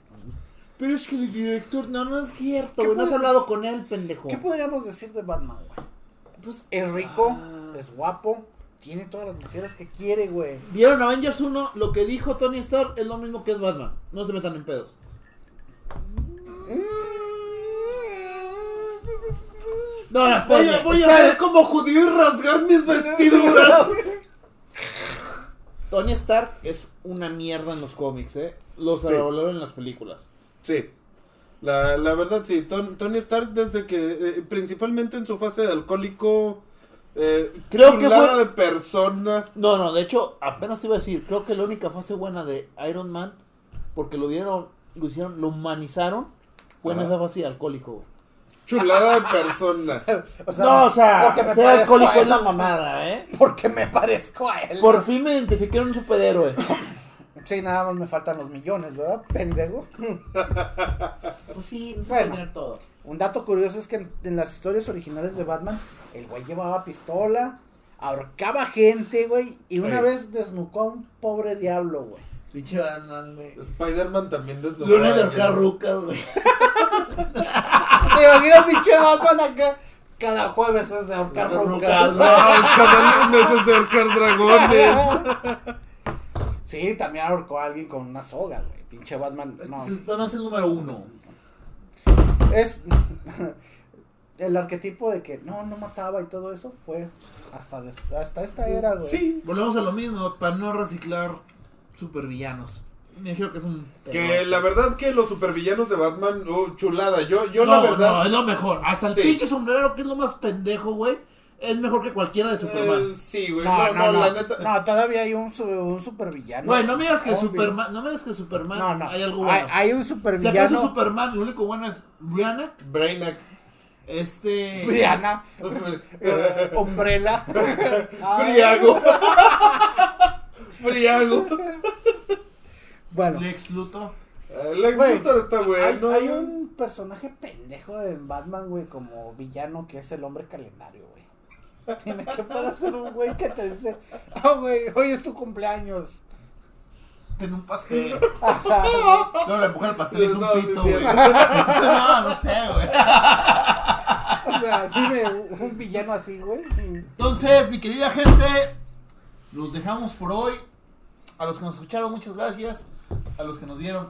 S6: Pero es que el director, no, no es cierto,
S2: ¿Qué
S6: güey. No has
S2: puede-
S6: hablado con él, pendejo.
S2: ¿Qué podríamos decir de Batman, güey?
S6: Pues,
S2: Es rico,
S6: Ah.
S2: es guapo, tiene todas las mujeres que quiere, güey.
S6: ¿Vieron Avengers 1? Lo que dijo Tony Stark es lo mismo que es Batman. No se metan en pedos. No, no,
S3: Voy
S6: espérenme.
S3: a, voy a ser como judío y rasgar mis vestiduras.
S6: Tony Stark es una mierda en los cómics, ¿eh? Los
S3: Sí.
S6: sobrevaloran en las películas.
S3: Sí. La, la verdad, sí. Ton- Tony Stark, desde que. eh, principalmente en su fase de alcohólico. eh,
S6: Creo que
S3: chulada
S6: fue-
S3: de persona.
S6: No, no, de hecho, apenas te iba a decir, creo que la única fase buena de Iron Man, porque lo vieron, lo hicieron, lo humanizaron, fue en
S3: Ajá.
S6: esa fase de alcohólico, güey.
S3: Chulada de persona.
S2: O
S6: no, o sea,
S2: porque me
S6: ser
S2: parezco a
S6: alcohólico
S2: él,
S6: es la mamada, ¿eh?
S2: Porque me parezco a él.
S6: Por fin me identifiqué en un superhéroe.
S2: Sí, nada más me faltan los millones, ¿verdad? Pendejo.
S6: Pues sí, no se
S2: Bueno.
S6: puede tener todo.
S2: Un dato curioso es que en, en las historias originales de Batman, el güey llevaba pistola, ahorcaba gente, güey, y una
S3: Ey.
S2: vez desnucó a un pobre diablo, güey.
S1: Pinche Batman, güey.
S3: Spider-man también desnudo.
S1: Lunes de carrucas, güey.
S2: ¿Te imaginas, pinche Batman acá? Cada jueves es de ahorcar
S1: Rucas,
S2: rucas.
S3: Cada lunes es ahorcar dragones.
S2: Sí, también ahorcó a alguien con una soga, güey. Pinche Batman. No.
S1: Entonces, Batman es el número uno.
S2: Es. El arquetipo de que no, no mataba y todo eso fue hasta, des- hasta esta era, güey.
S3: Sí.
S1: Volvemos a lo mismo, para no reciclar supervillanos. Me creo que es un...
S3: Que la verdad que los supervillanos de Batman, oh, chulada. Yo, yo
S1: No,
S3: la verdad.
S1: No, es lo mejor. Hasta el
S3: Sí.
S1: pinche sombrero, que es lo más pendejo, güey, es mejor que cualquiera de Superman.
S3: Eh, sí, güey.
S2: No, no, no.
S3: la neta.
S2: No, todavía hay un, su- un supervillano.
S1: Güey, no me digas que
S2: Obvio.
S1: Superman, no me digas que Superman
S2: No, no.
S1: hay algo bueno.
S2: Hay, hay un
S1: si
S2: supervillano.
S1: acaso Superman, lo único bueno es Brianna,
S3: Brainiac.
S1: este...
S2: Brianna. eh, Umbrella.
S1: Ah.
S2: Ay,
S3: Friago. Friago.
S2: Bueno,
S1: Lex Luthor.
S3: Lex
S2: Güey,
S3: Luthor está
S2: hay,
S3: bueno.
S2: hay un personaje pendejo en Batman, güey, como villano que es el hombre calendario, güey. Tiene que poder ser un güey que te dice, ah, güey, hoy es tu cumpleaños.
S1: Tiene un pastel.
S2: Ajá.
S1: No, le empuja el pastel y es un
S3: No, sí,
S1: pito,
S3: sí.
S1: güey. No, no sé, güey.
S2: O sea, dime un un villano así, güey.
S1: Entonces, mi querida gente, los dejamos por hoy. A los que nos escucharon, muchas gracias. A los que nos vieron,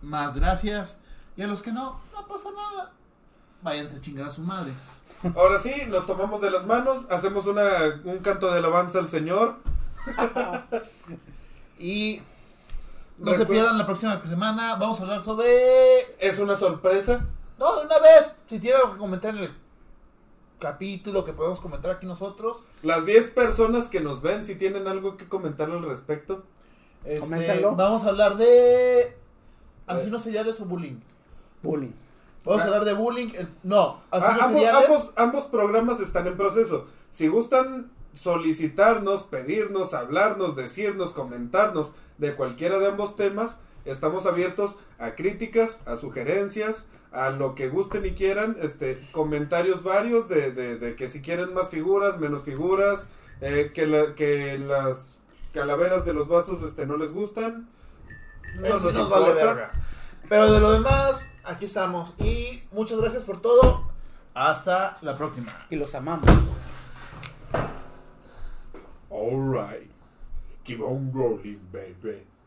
S1: más gracias. Y a los que no, no pasa nada. Váyanse a chingar a su madre.
S3: Ahora sí, nos tomamos de las manos, hacemos una, un canto de alabanza al Señor.
S1: Y no se
S3: Recuer-
S1: pierdan la próxima semana. Vamos a hablar sobre.
S3: Es una sorpresa.
S1: No, de una vez. Si tienen algo que comentar en el capítulo que podemos comentar aquí nosotros.
S3: Las 10 personas que nos ven, si tienen algo que comentar al respecto.
S1: Este,
S2: Coméntalo.
S1: Vamos a hablar de asesinos seriales o bullying.
S2: Bullying.
S1: Vamos
S3: Eh. Ah.
S1: a hablar de bullying. el- no, asesinos
S3: Ah, ambos,
S1: seriales.
S3: ambos- ambos programas están en proceso. Si gustan solicitarnos, pedirnos, hablarnos, decirnos, comentarnos de cualquiera de ambos temas, estamos abiertos a críticas, a sugerencias, a lo que gusten y quieran, este, comentarios varios de, de- de que si quieren más figuras, menos figuras, eh, que, la- que las calaveras de los vasos este, no les gustan. No
S1: Eso
S3: nos
S1: sí nos vale
S3: importa.
S1: verga. Pero de lo demás, aquí estamos. Y muchas gracias por todo. Hasta la próxima.
S2: Y los amamos.
S3: All right. Keep on rolling, baby.